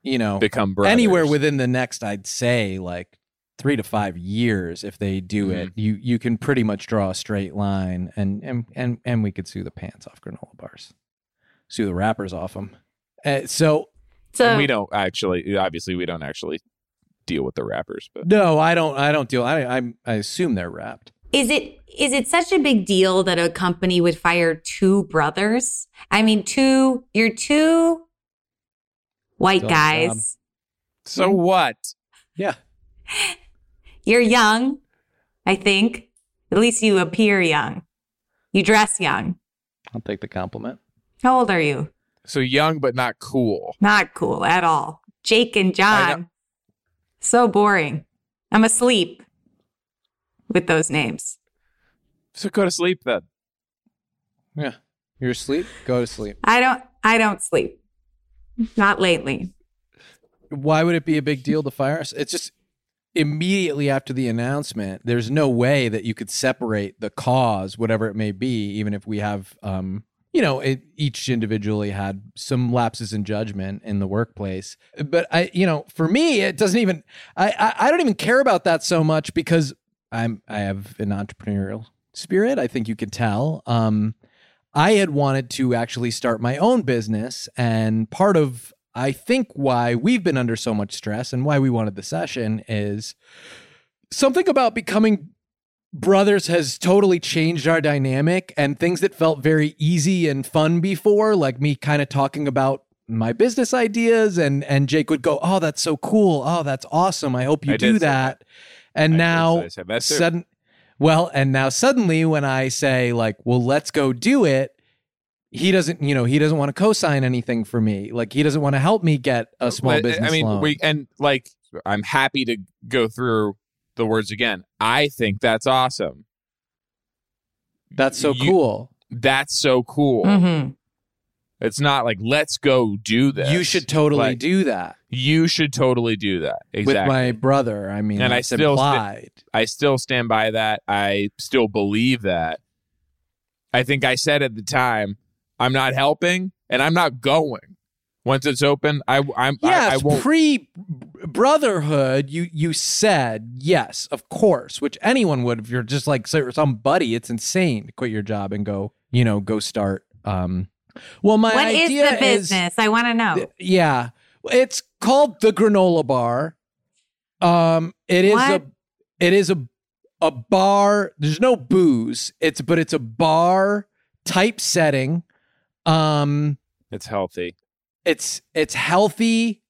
[SPEAKER 5] you know
[SPEAKER 4] become brothers
[SPEAKER 5] anywhere within the next i'd say like three to five years if they do it you you can pretty much draw a straight line and and and, and we could sue the pants off granola bars sue the wrappers off them uh, so
[SPEAKER 3] So
[SPEAKER 4] And we don't actually obviously we don't actually deal with the rappers but
[SPEAKER 5] no i don't i don't deal i i, I assume they're wrapped
[SPEAKER 3] Is it is it such a big deal that a company would fire two brothers? I mean, two you're two white
[SPEAKER 5] Don't
[SPEAKER 3] guys. Mm.
[SPEAKER 4] so what
[SPEAKER 5] yeah
[SPEAKER 3] You're young, I think. At least you appear young. You dress young.
[SPEAKER 5] i'll take the compliment
[SPEAKER 3] How old are you?
[SPEAKER 4] so young but not cool
[SPEAKER 3] Not cool at all. Jake and
[SPEAKER 4] I know.
[SPEAKER 3] John. So boring. I'm asleep with those names.
[SPEAKER 4] so go to sleep then
[SPEAKER 5] yeah you're asleep go to sleep
[SPEAKER 3] I don't I don't sleep. Not lately.
[SPEAKER 5] why would it be a big deal to fire us? It's just immediately after the announcement, there's no way that you could separate the cause, whatever it may be, even if we have, um, you know, it, each individually had some lapses in judgment in the workplace. But I, you know, for me, it doesn't even, I, I, I don't even care about that so much because I'm, I have an entrepreneurial spirit. I think you could tell. Um, I had wanted to actually start my own business. And part of, I think, why we've been under so much stress and why we wanted the session is something about becoming brothers has totally changed our dynamic and things that felt very easy and fun before, like me kind of talking about my business ideas and and Jake would go, "Oh, that's so cool. Oh, that's awesome. I hope you
[SPEAKER 4] I did
[SPEAKER 5] do
[SPEAKER 4] say
[SPEAKER 5] that." And
[SPEAKER 4] I did
[SPEAKER 5] now
[SPEAKER 4] say- I said that too.
[SPEAKER 5] sudden well, and now suddenly when I say like, "Well, let's go do it," he doesn't, you know, he doesn't want to co-sign anything for me. Like he doesn't want to help me get a small
[SPEAKER 4] But,
[SPEAKER 5] business
[SPEAKER 4] I mean,
[SPEAKER 5] loan.
[SPEAKER 4] we and like I'm happy to go through the words again. I think that's awesome.
[SPEAKER 5] That's so
[SPEAKER 4] you-
[SPEAKER 5] cool.
[SPEAKER 4] That's so cool.
[SPEAKER 3] Mm-hmm.
[SPEAKER 4] It's not like let's go do this.
[SPEAKER 5] You should totally
[SPEAKER 4] Like,
[SPEAKER 5] do that
[SPEAKER 4] You should totally do that. Exactly.
[SPEAKER 5] with my brother. I mean,
[SPEAKER 4] And I
[SPEAKER 5] that's
[SPEAKER 4] still sti-
[SPEAKER 5] implied.
[SPEAKER 4] I still stand by that. I still believe that. I think I said at the time, I'm not helping and I'm not going. Once it's open, I I'm
[SPEAKER 5] Yes,
[SPEAKER 4] I, I won't
[SPEAKER 5] pre brotherhood, you you said yes, of course, which anyone would if you're just like so- some buddy. It's insane to quit your job and go, you know, go start. Um, well, my
[SPEAKER 3] What is
[SPEAKER 5] idea
[SPEAKER 3] the business? I want to know.
[SPEAKER 5] Th- yeah, it's called the granola bar. Um, it is
[SPEAKER 3] What?
[SPEAKER 5] a it is a a bar. There's no booze. It's but it's a bar type setting. Um,
[SPEAKER 4] it's healthy.
[SPEAKER 5] it's it's healthy,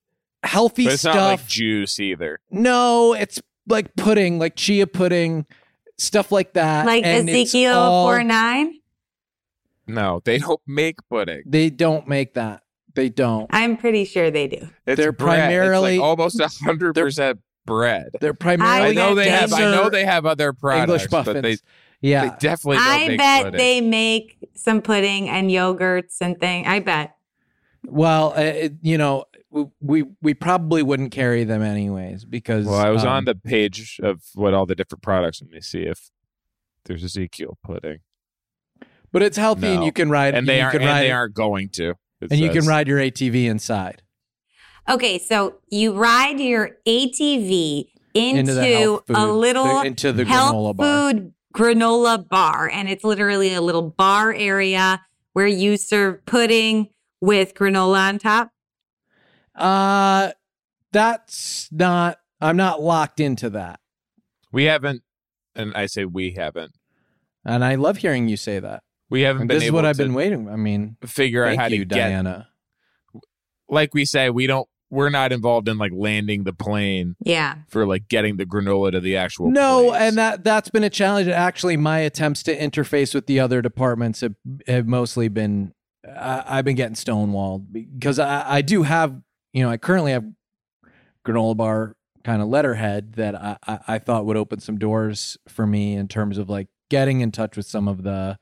[SPEAKER 5] healthy
[SPEAKER 4] But it's
[SPEAKER 5] stuff.
[SPEAKER 4] not like juice either.
[SPEAKER 5] No, it's like pudding, like chia pudding, stuff like that.
[SPEAKER 3] like
[SPEAKER 5] Uh, and it's
[SPEAKER 3] Ezekiel
[SPEAKER 5] all-
[SPEAKER 3] four nine.
[SPEAKER 4] No, they don't make pudding.
[SPEAKER 5] They don't make that. They don't.
[SPEAKER 3] I'm pretty sure they do.
[SPEAKER 4] It's
[SPEAKER 5] They're
[SPEAKER 4] bread. It's like
[SPEAKER 5] primarily-
[SPEAKER 4] almost hundred percent bread.
[SPEAKER 5] They're
[SPEAKER 4] I
[SPEAKER 5] primarily
[SPEAKER 4] know they have. I
[SPEAKER 5] These
[SPEAKER 4] know
[SPEAKER 5] are
[SPEAKER 4] they have other products,
[SPEAKER 5] English
[SPEAKER 4] but
[SPEAKER 5] muffins.
[SPEAKER 4] they,
[SPEAKER 5] yeah.
[SPEAKER 4] they definitely don't
[SPEAKER 3] I
[SPEAKER 4] make
[SPEAKER 3] bet
[SPEAKER 4] pudding.
[SPEAKER 3] they make some pudding and yogurts and thing. I bet.
[SPEAKER 5] well, uh, it, you know, w- we we probably wouldn't carry them anyways because.
[SPEAKER 4] Well, I was
[SPEAKER 5] um,
[SPEAKER 4] on the page of what all the different products. Let me see if there's Ezekiel pudding,
[SPEAKER 5] But it's healthy, and
[SPEAKER 4] No.
[SPEAKER 5] you can ride.
[SPEAKER 4] and they
[SPEAKER 5] you
[SPEAKER 4] aren't.
[SPEAKER 5] Can
[SPEAKER 4] And
[SPEAKER 5] ride,
[SPEAKER 4] they aren't going to. It
[SPEAKER 5] and you can
[SPEAKER 4] says.
[SPEAKER 5] ride your ATV inside.
[SPEAKER 3] Okay, so you ride your ATV into,
[SPEAKER 5] Into the health
[SPEAKER 3] a
[SPEAKER 5] food-
[SPEAKER 3] little
[SPEAKER 5] the- into the
[SPEAKER 3] health
[SPEAKER 5] granola bar.
[SPEAKER 3] food granola bar, and it's literally a little bar area where you serve pudding with granola on top.
[SPEAKER 5] Uh, that's not. I'm not locked into that,
[SPEAKER 4] We haven't, and I say we haven't.
[SPEAKER 5] and I love hearing you say that.
[SPEAKER 4] We haven't
[SPEAKER 5] And
[SPEAKER 4] been
[SPEAKER 5] this is
[SPEAKER 4] able
[SPEAKER 5] what I've
[SPEAKER 4] to
[SPEAKER 5] been waiting. I mean,
[SPEAKER 4] figure out
[SPEAKER 5] thank
[SPEAKER 4] how to
[SPEAKER 5] you, Diana.
[SPEAKER 4] get like we say, we don't we're not involved in like landing the plane
[SPEAKER 3] Yeah.
[SPEAKER 4] for like getting the granola to the actual
[SPEAKER 5] no,
[SPEAKER 4] place.
[SPEAKER 5] and that that's been a challenge. Actually, my attempts to interface with the other departments have, have mostly been I, I've been getting stonewalled because I, I do have you know I currently have granola bar kind of letterhead that I, I I thought would open some doors for me in terms of like getting in touch with some of the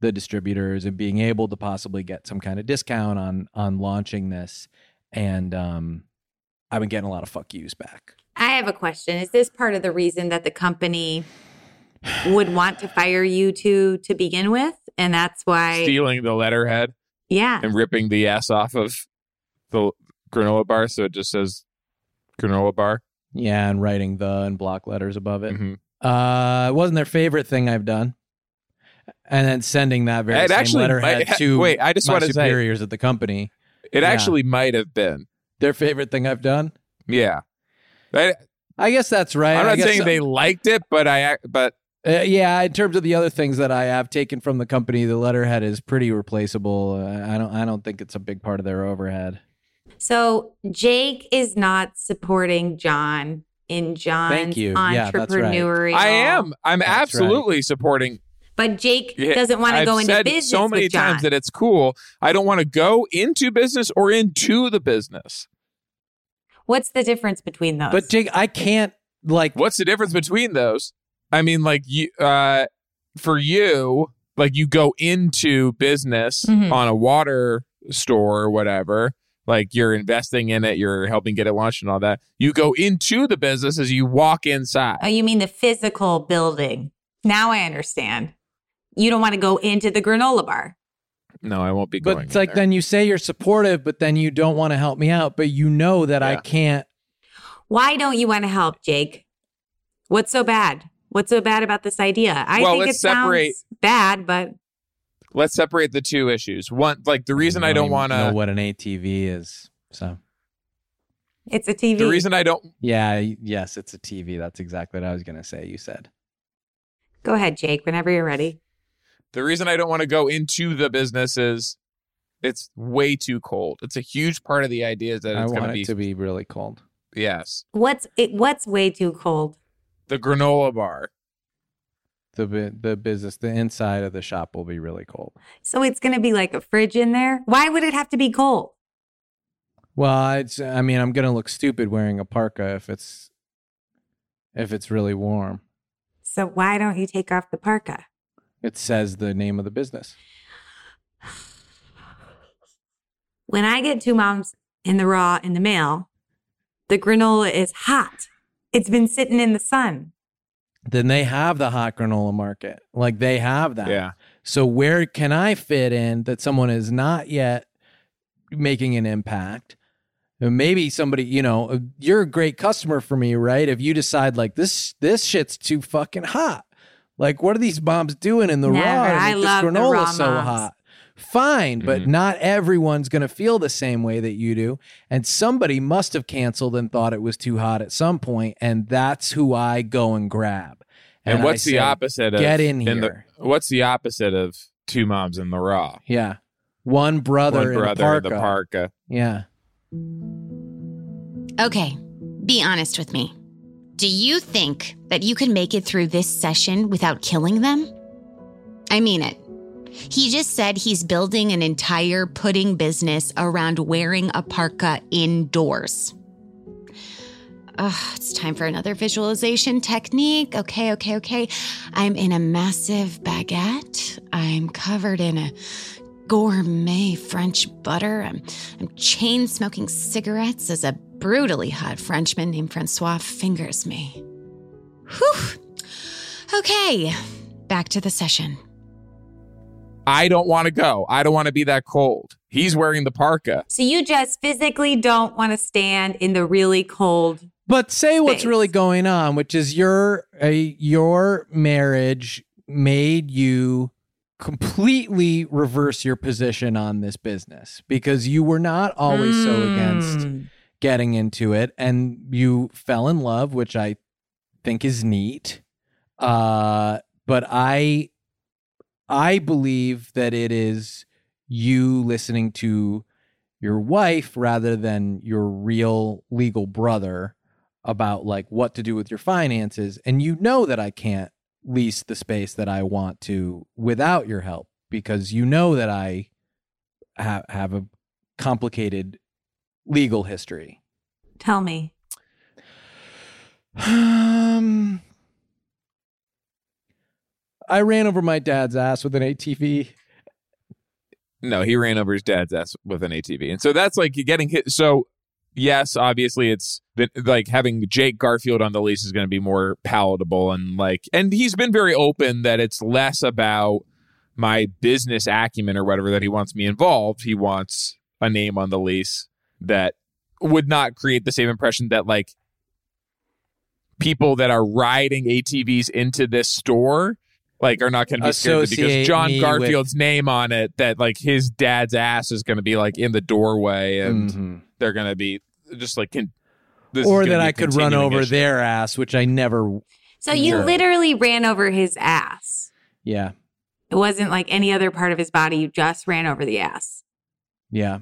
[SPEAKER 5] the distributors and being able to possibly get some kind of discount on on launching this and um I've been getting a lot of fuck yous back.
[SPEAKER 3] I have a question. Is this part of the reason that the company would want to fire you two to begin with? And that's why,
[SPEAKER 4] stealing the letterhead
[SPEAKER 3] yeah.
[SPEAKER 4] and ripping the ass off of the granola bar so it just says granola bar.
[SPEAKER 5] Yeah, and writing the and block letters above it.
[SPEAKER 4] Mhm.
[SPEAKER 5] Uh, it wasn't their favorite thing I've done. And then sending that very
[SPEAKER 4] It
[SPEAKER 5] same
[SPEAKER 4] actually
[SPEAKER 5] letterhead
[SPEAKER 4] might-
[SPEAKER 5] to
[SPEAKER 4] wait, I just
[SPEAKER 5] my
[SPEAKER 4] wanna say-
[SPEAKER 5] superiors at the company.
[SPEAKER 4] It
[SPEAKER 5] Yeah.
[SPEAKER 4] actually might have been.
[SPEAKER 5] Their favorite thing I've done.
[SPEAKER 4] Yeah. I,
[SPEAKER 5] I guess that's right.
[SPEAKER 4] I'm
[SPEAKER 5] I
[SPEAKER 4] not
[SPEAKER 5] guess-
[SPEAKER 4] saying they liked it, but I but
[SPEAKER 5] Uh, yeah, in terms of the other things that I have taken from the company, the letterhead is pretty replaceable. Uh, I don't. I don't think it's a big part of their overhead.
[SPEAKER 3] So Jake is not supporting John in John's
[SPEAKER 5] Thank you. Yeah, that's right.
[SPEAKER 3] entrepreneurial.
[SPEAKER 4] I am. I'm
[SPEAKER 5] That's right.
[SPEAKER 4] absolutely supporting
[SPEAKER 3] But Jake
[SPEAKER 4] Yeah,
[SPEAKER 3] doesn't want to
[SPEAKER 4] I've
[SPEAKER 3] go into
[SPEAKER 4] said
[SPEAKER 3] business
[SPEAKER 4] so many
[SPEAKER 3] with John.
[SPEAKER 4] times that it's cool. I don't want to go into business or into the business.
[SPEAKER 3] What's the difference between those?
[SPEAKER 5] But Jake, I can't like.
[SPEAKER 4] What's the difference between those? I mean, like you, uh, for you, like you go into business
[SPEAKER 3] Mhm.
[SPEAKER 4] on a water store or whatever. Like you're investing in it, you're helping get it launched and all that. You go into the business as you walk inside.
[SPEAKER 3] oh, you mean the physical building. Now I understand. You don't want to go into the granola bar.
[SPEAKER 4] no, I won't be going.
[SPEAKER 5] But it's like
[SPEAKER 4] in there.
[SPEAKER 5] then you say you're supportive, but then you don't want to help me out. But you know that I
[SPEAKER 4] Yeah.
[SPEAKER 5] can't
[SPEAKER 3] Why don't you want to help, Jake? What's so bad? What's so bad about this idea? I
[SPEAKER 4] Well,
[SPEAKER 3] think
[SPEAKER 4] let's
[SPEAKER 3] it sounds
[SPEAKER 4] separate-
[SPEAKER 3] bad, but
[SPEAKER 4] Let's separate the two issues. One, like the reason I don't
[SPEAKER 5] even
[SPEAKER 4] want
[SPEAKER 5] know
[SPEAKER 4] to.
[SPEAKER 5] what an ATV is. So
[SPEAKER 3] it's a TV.
[SPEAKER 4] The reason I don't
[SPEAKER 5] yeah, y- yes, it's a TV. That's exactly what I was gonna say. You said
[SPEAKER 3] go ahead, Jake, whenever you're ready.
[SPEAKER 4] The reason I don't want to go into the business is it's way too cold. It's a huge part of the idea is that
[SPEAKER 5] I
[SPEAKER 4] it's going
[SPEAKER 5] want it to be really cold.
[SPEAKER 4] yes,
[SPEAKER 3] What's it, what's way too cold?
[SPEAKER 4] the granola bar.
[SPEAKER 5] The bu- the business, the inside of the shop will be really cold.
[SPEAKER 3] So it's going to be like a fridge in there. Why would it have to be cold?
[SPEAKER 5] Well, it's. I mean, I'm gonna look stupid wearing a parka if it's if it's really warm.
[SPEAKER 3] So why don't you take off the parka?
[SPEAKER 5] It says the name of the business.
[SPEAKER 3] When I get two moms in the raw in the mail, the granola is hot. It's been sitting in the sun.
[SPEAKER 5] Then they have the hot granola market. Like they have that.
[SPEAKER 4] Yeah,
[SPEAKER 5] So where can I fit in that someone is not yet making an impact? And Maybe somebody, you know, uh, you're a great customer for me, right? If you decide like this, this shit's too fucking hot. Like, what are these moms doing in the
[SPEAKER 3] Never.
[SPEAKER 5] raw? to
[SPEAKER 3] I
[SPEAKER 5] make this
[SPEAKER 3] love the
[SPEAKER 5] granola
[SPEAKER 3] raw
[SPEAKER 5] so
[SPEAKER 3] moms.
[SPEAKER 5] hot. Fine, but
[SPEAKER 4] Mhm.
[SPEAKER 5] not everyone's going to feel the same way that you do. And somebody must have canceled and thought it was too hot at some point, and that's who I go and grab.
[SPEAKER 4] and,
[SPEAKER 5] I
[SPEAKER 4] what's the
[SPEAKER 5] say,
[SPEAKER 4] opposite? Of,
[SPEAKER 5] Get in here.
[SPEAKER 4] the- what's the opposite of two moms in the raw?
[SPEAKER 5] Yeah. One brother,
[SPEAKER 4] One brother in the
[SPEAKER 5] park.
[SPEAKER 4] parka.
[SPEAKER 5] Yeah.
[SPEAKER 1] Okay, be honest with me. Do you think that you can make it through this session without killing them? I mean it. He just said he's building an entire pudding business around wearing a parka indoors. Ugh, it's time for another visualization technique. Okay, okay, okay. I'm in a massive baguette. I'm covered in a gourmet French butter. I'm, I'm chain smoking cigarettes as a brutally hot Frenchman named Francois fingers me. Whew. Okay, back to the session.
[SPEAKER 4] I don't want to go. I don't want to be that cold. He's wearing the parka.
[SPEAKER 3] So you just physically don't want to stand in the really cold.
[SPEAKER 5] But say what's
[SPEAKER 3] Thanks.
[SPEAKER 5] really going on, which is your a, your marriage made you completely reverse your position on this business because you were not always so against
[SPEAKER 3] Mm.
[SPEAKER 5] getting into it and you fell in love which i think is neat uh but i i believe that it is you listening to your wife rather than your real legal brother about like what to do with your finances and you know that I can't lease the space that I want to without your help because you know that I ha- have a complicated legal history.
[SPEAKER 3] Tell me.
[SPEAKER 5] Um I ran over my dad's ass with an ATV.
[SPEAKER 4] No, he ran over his dad's ass with an ATV. And so that's like getting hit. So, yes, obviously it's been, like having Jake Garfield on the lease is going to be more palatable. And like, and he's been very open that it's less about my business acumen or whatever that he wants me involved. He wants a name on the lease that would not create the same impression that like people that are riding ATVs into this store like are not going to be scared of it because
[SPEAKER 5] Associate
[SPEAKER 4] John
[SPEAKER 5] me with-
[SPEAKER 4] Garfield's name on it that like his dad's ass is going to be like in the doorway and
[SPEAKER 5] Mhm.
[SPEAKER 4] they're going to be just like con- this is
[SPEAKER 5] Or
[SPEAKER 4] gonna
[SPEAKER 5] that
[SPEAKER 4] be a
[SPEAKER 5] I could run
[SPEAKER 4] continuing
[SPEAKER 5] over
[SPEAKER 4] issue.
[SPEAKER 5] their ass, which I never
[SPEAKER 3] So you
[SPEAKER 5] Sure.
[SPEAKER 3] literally ran over his ass.
[SPEAKER 5] yeah.
[SPEAKER 3] It wasn't like any other part of his body. You just ran over the ass.
[SPEAKER 5] Yeah.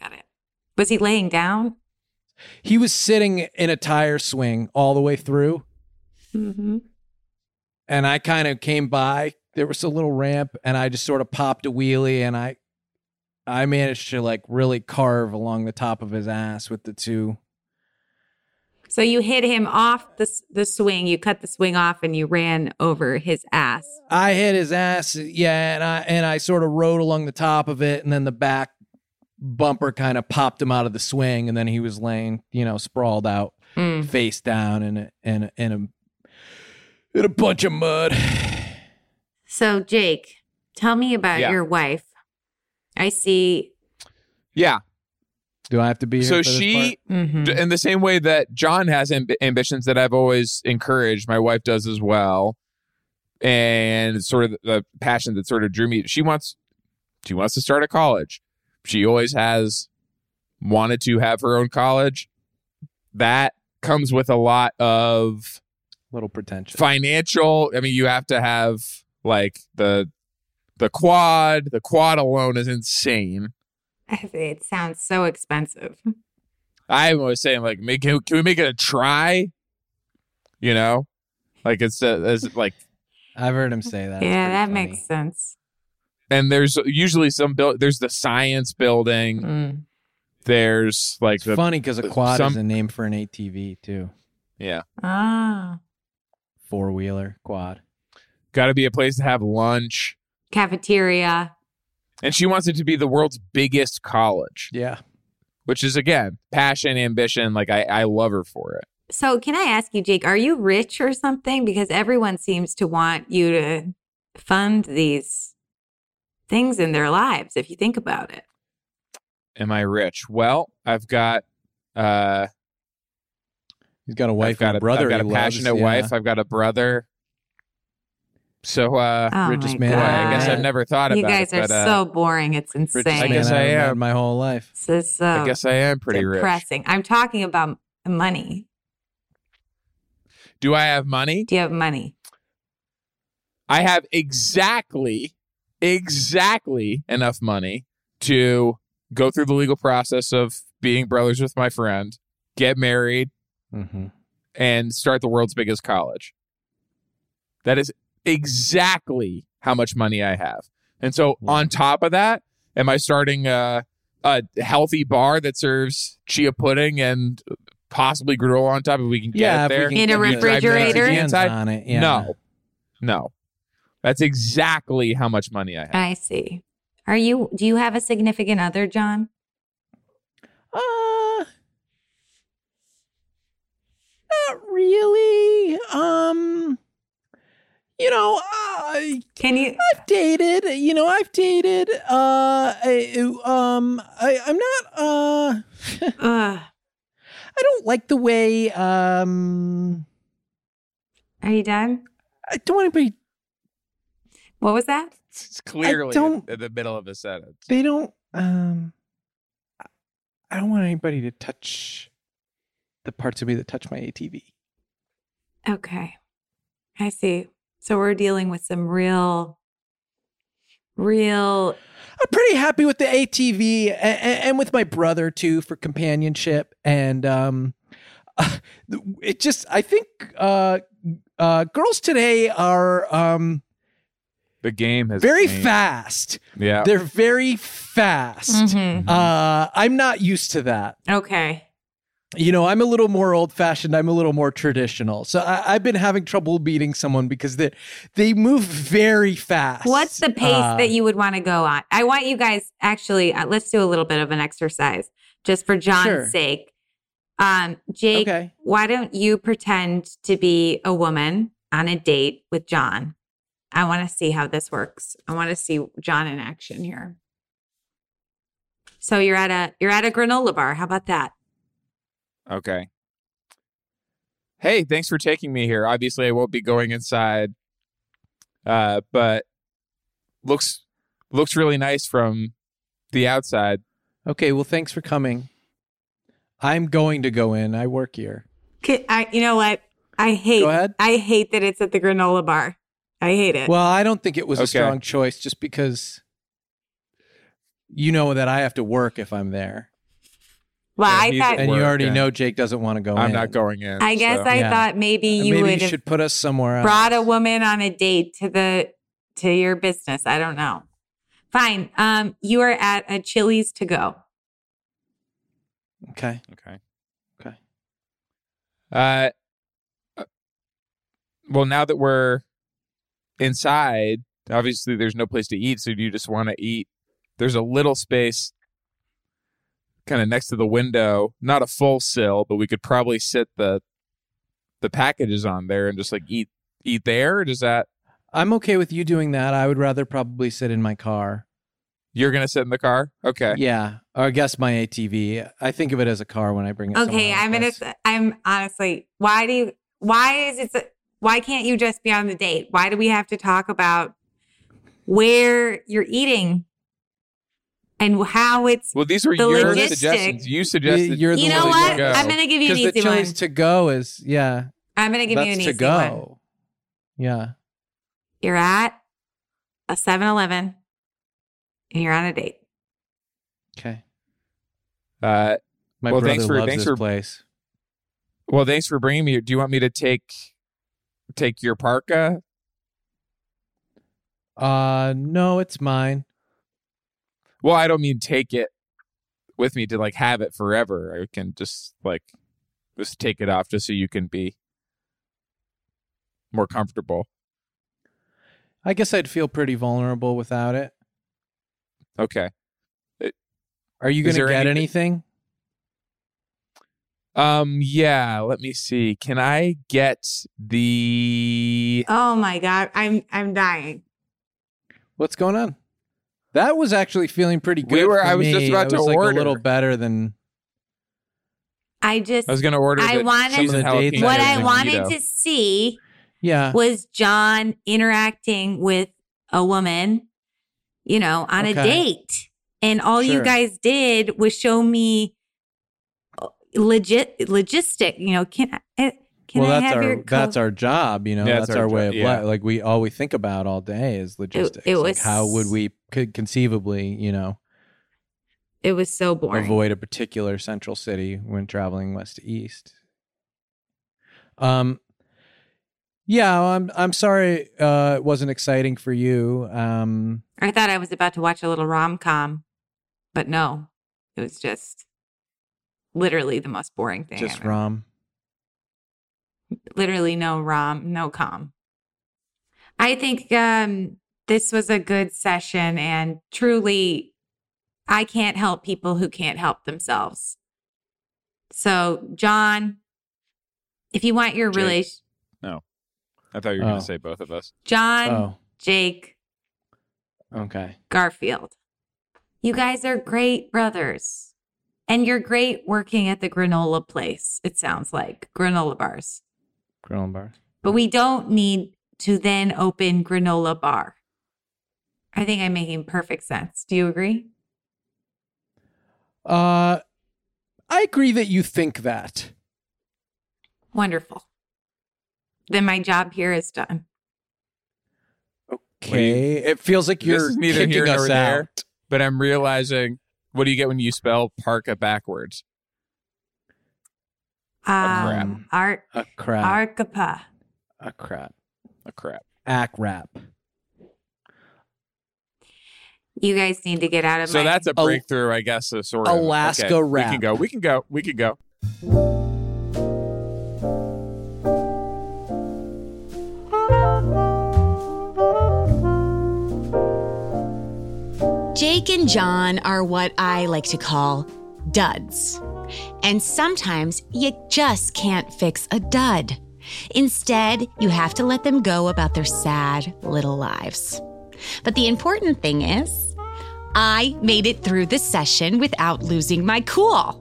[SPEAKER 3] Got it. Was he laying down?
[SPEAKER 5] He was sitting in a tire swing all the way through,
[SPEAKER 3] Mm-hmm.
[SPEAKER 5] and I kind of came by. There was a little ramp, and I just sort of popped a wheelie, and I, I managed to like really carve along the top of his ass with the two.
[SPEAKER 3] So you hit him off the s- the swing. You cut the swing off and you ran over his ass.
[SPEAKER 5] I hit his ass, yeah, and I and I sort of rode along the top of it, and then the back bumper kind of popped him out of the swing, and then he was laying, you know, sprawled out,
[SPEAKER 4] Mm-hmm.
[SPEAKER 3] Mm.
[SPEAKER 5] face down, in a, in a, in a, in a bunch of mud.
[SPEAKER 3] So Jake, tell me about
[SPEAKER 4] Yeah.
[SPEAKER 3] your wife. I see.
[SPEAKER 4] yeah
[SPEAKER 5] Do I have to be here?
[SPEAKER 4] so
[SPEAKER 5] for this part?
[SPEAKER 4] she
[SPEAKER 3] Mhm.
[SPEAKER 5] Mm.
[SPEAKER 4] in the same way that John has amb- ambitions that I've always encouraged, my wife does as well, and it's sort of the passion that sort of drew me. She wants, she wants to start a college. She always has wanted to have her own college. That comes with a lot of
[SPEAKER 5] little pretentious.
[SPEAKER 4] financial. I mean, you have to have like the the quad. The quad alone is insane.
[SPEAKER 3] It sounds so expensive.
[SPEAKER 4] I was saying like, make, can, can we make it a try? You know, like it's, uh, it's like,
[SPEAKER 5] I've heard him say that. It's
[SPEAKER 3] yeah,
[SPEAKER 5] pretty
[SPEAKER 3] that
[SPEAKER 5] funny.
[SPEAKER 3] makes sense.
[SPEAKER 4] and there's usually some build. There's the science building.
[SPEAKER 3] Mm.
[SPEAKER 4] There's like
[SPEAKER 5] It's
[SPEAKER 4] the
[SPEAKER 5] funny because a quad
[SPEAKER 4] some-
[SPEAKER 5] is a name for an ATV too.
[SPEAKER 4] yeah,
[SPEAKER 3] Ah,
[SPEAKER 5] Four wheeler quad.
[SPEAKER 4] got to be a place to have lunch.
[SPEAKER 3] cafeteria.
[SPEAKER 4] And she wants it to be the world's biggest college,
[SPEAKER 5] Yeah.
[SPEAKER 4] which is again passion, ambition. Like I, I love her for it.
[SPEAKER 3] So can I ask you, Jake? Are you rich or something? Because everyone seems to want you to fund these things in their lives. If you think about it.
[SPEAKER 4] Am I rich? Well, I've got, uh,
[SPEAKER 5] He's got a
[SPEAKER 4] I've
[SPEAKER 5] wife
[SPEAKER 4] got
[SPEAKER 5] and
[SPEAKER 4] a
[SPEAKER 5] a brother.
[SPEAKER 4] I've got a
[SPEAKER 5] he loves,
[SPEAKER 4] passionate
[SPEAKER 5] yeah.
[SPEAKER 4] wife. I've got a brother. So, uh,
[SPEAKER 3] Oh
[SPEAKER 5] richest
[SPEAKER 3] my
[SPEAKER 5] man
[SPEAKER 4] Boy, I
[SPEAKER 3] God.
[SPEAKER 4] guess I've never thought
[SPEAKER 3] You
[SPEAKER 4] about
[SPEAKER 3] guys
[SPEAKER 4] it.
[SPEAKER 3] are
[SPEAKER 4] but, uh,
[SPEAKER 3] so boring. It's insane.
[SPEAKER 5] Richest man
[SPEAKER 4] I guess I
[SPEAKER 5] I've
[SPEAKER 4] am.
[SPEAKER 5] known my whole life.
[SPEAKER 3] This is so
[SPEAKER 4] I guess I am pretty rich.
[SPEAKER 3] depressing. I'm talking about money.
[SPEAKER 4] Do I have money?
[SPEAKER 3] Do you have money?
[SPEAKER 4] I have exactly, exactly enough money to go through the legal process of being brothers with my friend, get married,
[SPEAKER 5] Mm-hmm.
[SPEAKER 4] and start the world's biggest college. That is exactly how much money I have. And so on top of that, am I starting a, a healthy bar that serves chia pudding and possibly griddle on top if we can get
[SPEAKER 5] Yeah.
[SPEAKER 4] it there?
[SPEAKER 3] In a refrigerator?
[SPEAKER 4] Inside?
[SPEAKER 5] On it. Yeah.
[SPEAKER 4] No. No. That's exactly how much money I have.
[SPEAKER 3] I see. Are you do you have a significant other, John?
[SPEAKER 5] Uh, not really. Um, you know, I
[SPEAKER 3] Can you
[SPEAKER 5] I've dated, you know, I've dated. Uh, I, um, I, I'm not. Uh,
[SPEAKER 3] Ugh.
[SPEAKER 5] I don't like the way. Um,
[SPEAKER 3] are you done?
[SPEAKER 5] I don't want to be.
[SPEAKER 3] What was that?
[SPEAKER 4] It's clearly
[SPEAKER 5] don't-
[SPEAKER 4] in the middle of a sentence.
[SPEAKER 5] They don't. Um, I- I don't want anybody to touch the parts of me that touch my ATV.
[SPEAKER 3] Okay. I see. So we're dealing with some real real
[SPEAKER 5] I'm pretty happy with the ATV and, and with my brother too for companionship. And um, it just, I think uh, uh, girls today are um,
[SPEAKER 4] The game has
[SPEAKER 5] very
[SPEAKER 4] changed.
[SPEAKER 5] fast.
[SPEAKER 4] Yeah.
[SPEAKER 5] They're very fast.
[SPEAKER 3] Mhm.
[SPEAKER 5] Uh, I'm not used to that.
[SPEAKER 3] okay
[SPEAKER 5] You know, I'm a little more old fashioned. I'm a little more traditional. So I, I've been having trouble beating someone because they they move very fast.
[SPEAKER 3] What's the pace
[SPEAKER 5] Uh,
[SPEAKER 3] that you would want to go on? I want you guys actually. Uh, let's do a little bit of an exercise, just for John's
[SPEAKER 5] Sure.
[SPEAKER 3] sake. Um, Jake,
[SPEAKER 5] Okay.
[SPEAKER 3] why don't you pretend to be a woman on a date with John? I want to see how this works. I want to see John in action here. So you're at a you're at a granola bar. How about that?
[SPEAKER 4] Okay. Hey, thanks for taking me here. Obviously, I won't be going inside, uh, but looks looks really nice from the outside.
[SPEAKER 5] Okay, well, thanks for coming. I'm going to go in. I work here.
[SPEAKER 3] K- I, you know what? I hate.
[SPEAKER 5] Go ahead.
[SPEAKER 3] I hate that it's at the granola bar. I hate it.
[SPEAKER 5] Well, I don't think it was a
[SPEAKER 4] Okay.
[SPEAKER 5] strong choice just because you know that I have to work if I'm there.
[SPEAKER 3] well
[SPEAKER 4] yeah,
[SPEAKER 3] I
[SPEAKER 4] he's-
[SPEAKER 3] thought.
[SPEAKER 5] And you
[SPEAKER 4] Work,
[SPEAKER 5] already
[SPEAKER 4] yeah.
[SPEAKER 5] know Jake doesn't want to go in.
[SPEAKER 4] I'm not going in.
[SPEAKER 3] I guess
[SPEAKER 4] so-
[SPEAKER 3] I
[SPEAKER 5] Yeah.
[SPEAKER 3] thought maybe
[SPEAKER 5] And
[SPEAKER 3] you
[SPEAKER 5] Maybe
[SPEAKER 3] would
[SPEAKER 5] you
[SPEAKER 3] have
[SPEAKER 5] should put us somewhere else.
[SPEAKER 3] brought a woman on a date to the to your business. I don't know. Fine. Um, you are at a Chili's to go.
[SPEAKER 5] Okay.
[SPEAKER 4] Okay.
[SPEAKER 5] Okay.
[SPEAKER 4] Uh, uh, well, now that we're inside, obviously there's no place to eat, so do you just want to eat? There's a little space kind of next to the window, not a full sill, but we could probably sit the the packages on there and just like eat eat there. Or does that
[SPEAKER 5] I'm okay with you doing that. I would rather probably sit in my car.
[SPEAKER 4] you're gonna sit in the car? Okay.
[SPEAKER 5] Yeah. Or I guess my ATV. I think of it as a car when I bring it.
[SPEAKER 3] Okay,
[SPEAKER 5] somewhere like
[SPEAKER 3] I'm gonna.
[SPEAKER 5] this.
[SPEAKER 3] I'm honestly. Why do you? Why is it? so- Why can't you just be on the date? Why do we have to talk about where you're eating and how it's?
[SPEAKER 4] Well, these were
[SPEAKER 3] The
[SPEAKER 4] your
[SPEAKER 3] logistics-
[SPEAKER 4] suggestions. You suggested
[SPEAKER 5] You're the
[SPEAKER 3] You
[SPEAKER 5] one
[SPEAKER 3] know
[SPEAKER 5] that
[SPEAKER 3] what?
[SPEAKER 5] go.
[SPEAKER 3] I'm gonna give you an
[SPEAKER 5] 'Cause the
[SPEAKER 3] easy one.
[SPEAKER 5] Chili's to go is yeah.
[SPEAKER 3] I'm gonna give
[SPEAKER 5] that's
[SPEAKER 3] you an
[SPEAKER 5] to
[SPEAKER 3] easy
[SPEAKER 5] go.
[SPEAKER 3] one.
[SPEAKER 5] Yeah.
[SPEAKER 3] You're at a 7-Eleven and you're on a date.
[SPEAKER 5] Okay.
[SPEAKER 4] uh,
[SPEAKER 5] My
[SPEAKER 4] Well,
[SPEAKER 5] brother
[SPEAKER 4] thanks for-
[SPEAKER 5] loves
[SPEAKER 4] thanks
[SPEAKER 5] this
[SPEAKER 4] for-
[SPEAKER 5] place.
[SPEAKER 4] Well, thanks for bringing me here. Do you want me to take take your parka?
[SPEAKER 5] Uh, no, it's mine.
[SPEAKER 4] Well, I don't mean take it with me to like have it forever. I can just like just take it off just so you can be more comfortable.
[SPEAKER 5] I guess I'd feel pretty vulnerable without it.
[SPEAKER 4] Okay. Uh,
[SPEAKER 5] Are you
[SPEAKER 4] Is
[SPEAKER 5] gonna
[SPEAKER 4] there
[SPEAKER 5] get
[SPEAKER 4] any-
[SPEAKER 5] anything?
[SPEAKER 4] Um yeah, let me see. Can I get the
[SPEAKER 3] Oh my god, I'm I'm dying.
[SPEAKER 5] What's going on? That was actually feeling pretty good.
[SPEAKER 4] We were-
[SPEAKER 5] for
[SPEAKER 4] I was just
[SPEAKER 5] me.
[SPEAKER 4] about to
[SPEAKER 5] It was, like,
[SPEAKER 4] order.
[SPEAKER 5] a little better than
[SPEAKER 3] I just
[SPEAKER 4] I was going to order
[SPEAKER 3] I
[SPEAKER 4] the
[SPEAKER 3] wanted-
[SPEAKER 4] cheese and
[SPEAKER 5] Some of
[SPEAKER 4] jalapenos
[SPEAKER 5] the dates
[SPEAKER 3] what
[SPEAKER 5] Yeah,
[SPEAKER 3] I
[SPEAKER 4] and
[SPEAKER 3] wanted
[SPEAKER 4] keto.
[SPEAKER 3] to see
[SPEAKER 5] yeah.
[SPEAKER 3] was John interacting with a woman, you know, on a
[SPEAKER 5] Okay.
[SPEAKER 3] date. And all you
[SPEAKER 5] Sure.
[SPEAKER 3] guys did was show me uh, legit logistic, you know, can I eh, can
[SPEAKER 5] well,
[SPEAKER 3] I
[SPEAKER 5] that's
[SPEAKER 3] have
[SPEAKER 5] our
[SPEAKER 3] your
[SPEAKER 5] that's
[SPEAKER 3] co-
[SPEAKER 5] our job, you know.
[SPEAKER 4] Yeah,
[SPEAKER 5] that's,
[SPEAKER 4] that's
[SPEAKER 5] our,
[SPEAKER 4] our
[SPEAKER 5] way
[SPEAKER 4] job,
[SPEAKER 5] of
[SPEAKER 4] yeah.
[SPEAKER 5] life. Like we all we think about all day is logistics.
[SPEAKER 3] it
[SPEAKER 5] Like,
[SPEAKER 3] was-
[SPEAKER 5] how would we could conceivably, you know,
[SPEAKER 3] It was so boring.
[SPEAKER 5] avoid a particular central city when traveling west to east. Um, yeah, I'm I'm sorry uh, it wasn't exciting for you. Um,
[SPEAKER 3] I thought I was about to watch a little rom-com, but no. It was just literally the most boring thing.
[SPEAKER 5] just
[SPEAKER 3] ever.
[SPEAKER 5] rom.
[SPEAKER 3] literally no rom, no com. I think um, this was a good session, and truly, I can't help people who can't help themselves. So, John, if you want your
[SPEAKER 4] Jake.
[SPEAKER 3] relation,
[SPEAKER 4] I thought you were
[SPEAKER 5] Oh.
[SPEAKER 4] going to Oh. say both of us.
[SPEAKER 3] John,
[SPEAKER 5] Oh,
[SPEAKER 3] Jake,
[SPEAKER 5] okay.
[SPEAKER 3] Garfield, you guys are great brothers, and you're great working at the granola place. It sounds like granola bars.
[SPEAKER 5] Granola bar.
[SPEAKER 3] but we don't need to then open granola bar. I think I'm making perfect sense. Do you agree?
[SPEAKER 5] Uh, I agree that you think that.
[SPEAKER 3] Wonderful. Then my job here is done.
[SPEAKER 5] okay. it feels like
[SPEAKER 4] This
[SPEAKER 5] you're
[SPEAKER 4] is neither
[SPEAKER 5] kicking
[SPEAKER 4] here nor
[SPEAKER 5] us
[SPEAKER 4] there.
[SPEAKER 5] out.
[SPEAKER 4] But I'm realizing what do you get when you spell parka backwards? crap.
[SPEAKER 3] Um, art,
[SPEAKER 5] A
[SPEAKER 4] Uh,
[SPEAKER 5] crap.
[SPEAKER 3] arcapa.
[SPEAKER 5] a crap.
[SPEAKER 4] Oh, crap.
[SPEAKER 5] Ack rap.
[SPEAKER 3] You guys need to get out of
[SPEAKER 4] So
[SPEAKER 3] my.
[SPEAKER 4] that's a
[SPEAKER 5] Al-
[SPEAKER 4] breakthrough, I guess. So sort of.
[SPEAKER 5] Alaska
[SPEAKER 4] Okay,
[SPEAKER 5] wrap.
[SPEAKER 4] We can go. We can go. We can go.
[SPEAKER 1] Jake and John are what I like to call duds. And sometimes you just can't fix a dud. Instead, you have to let them go about their sad little lives. But the important thing is, I made it through the session without losing my cool.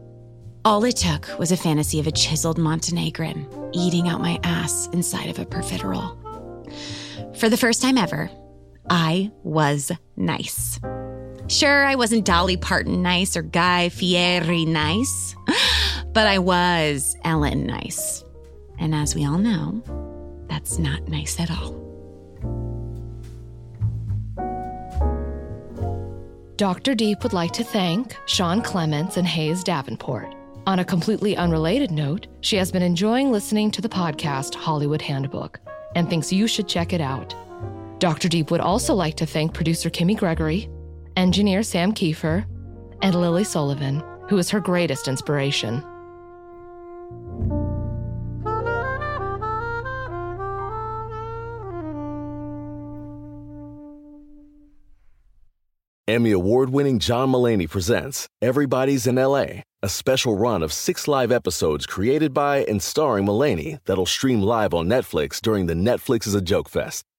[SPEAKER 1] All it took was a fantasy of a chiseled Montenegrin eating out my ass inside of a profiterole. For the first time ever, I was nice. Sure, I wasn't Dolly Parton nice or Guy Fieri nice, but I was Ellen nice. And as we all know, that's not nice at all.
[SPEAKER 2] Dr. Deep would like to thank Sean Clements and Hayes Davenport. On a completely unrelated note, she has been enjoying listening to the podcast Hollywood Handbook and thinks you should check it out. Dr. Deep would also like to thank producer Kimmy Gregory, engineer Sam Kiefer, and Lily Sullivan, who is her greatest inspiration.
[SPEAKER 6] Emmy award winning John Mullaney presents Everybody's in LA, a special run of six live episodes created by and starring Mullaney that'll stream live on Netflix during the Netflix is a Joke Fest.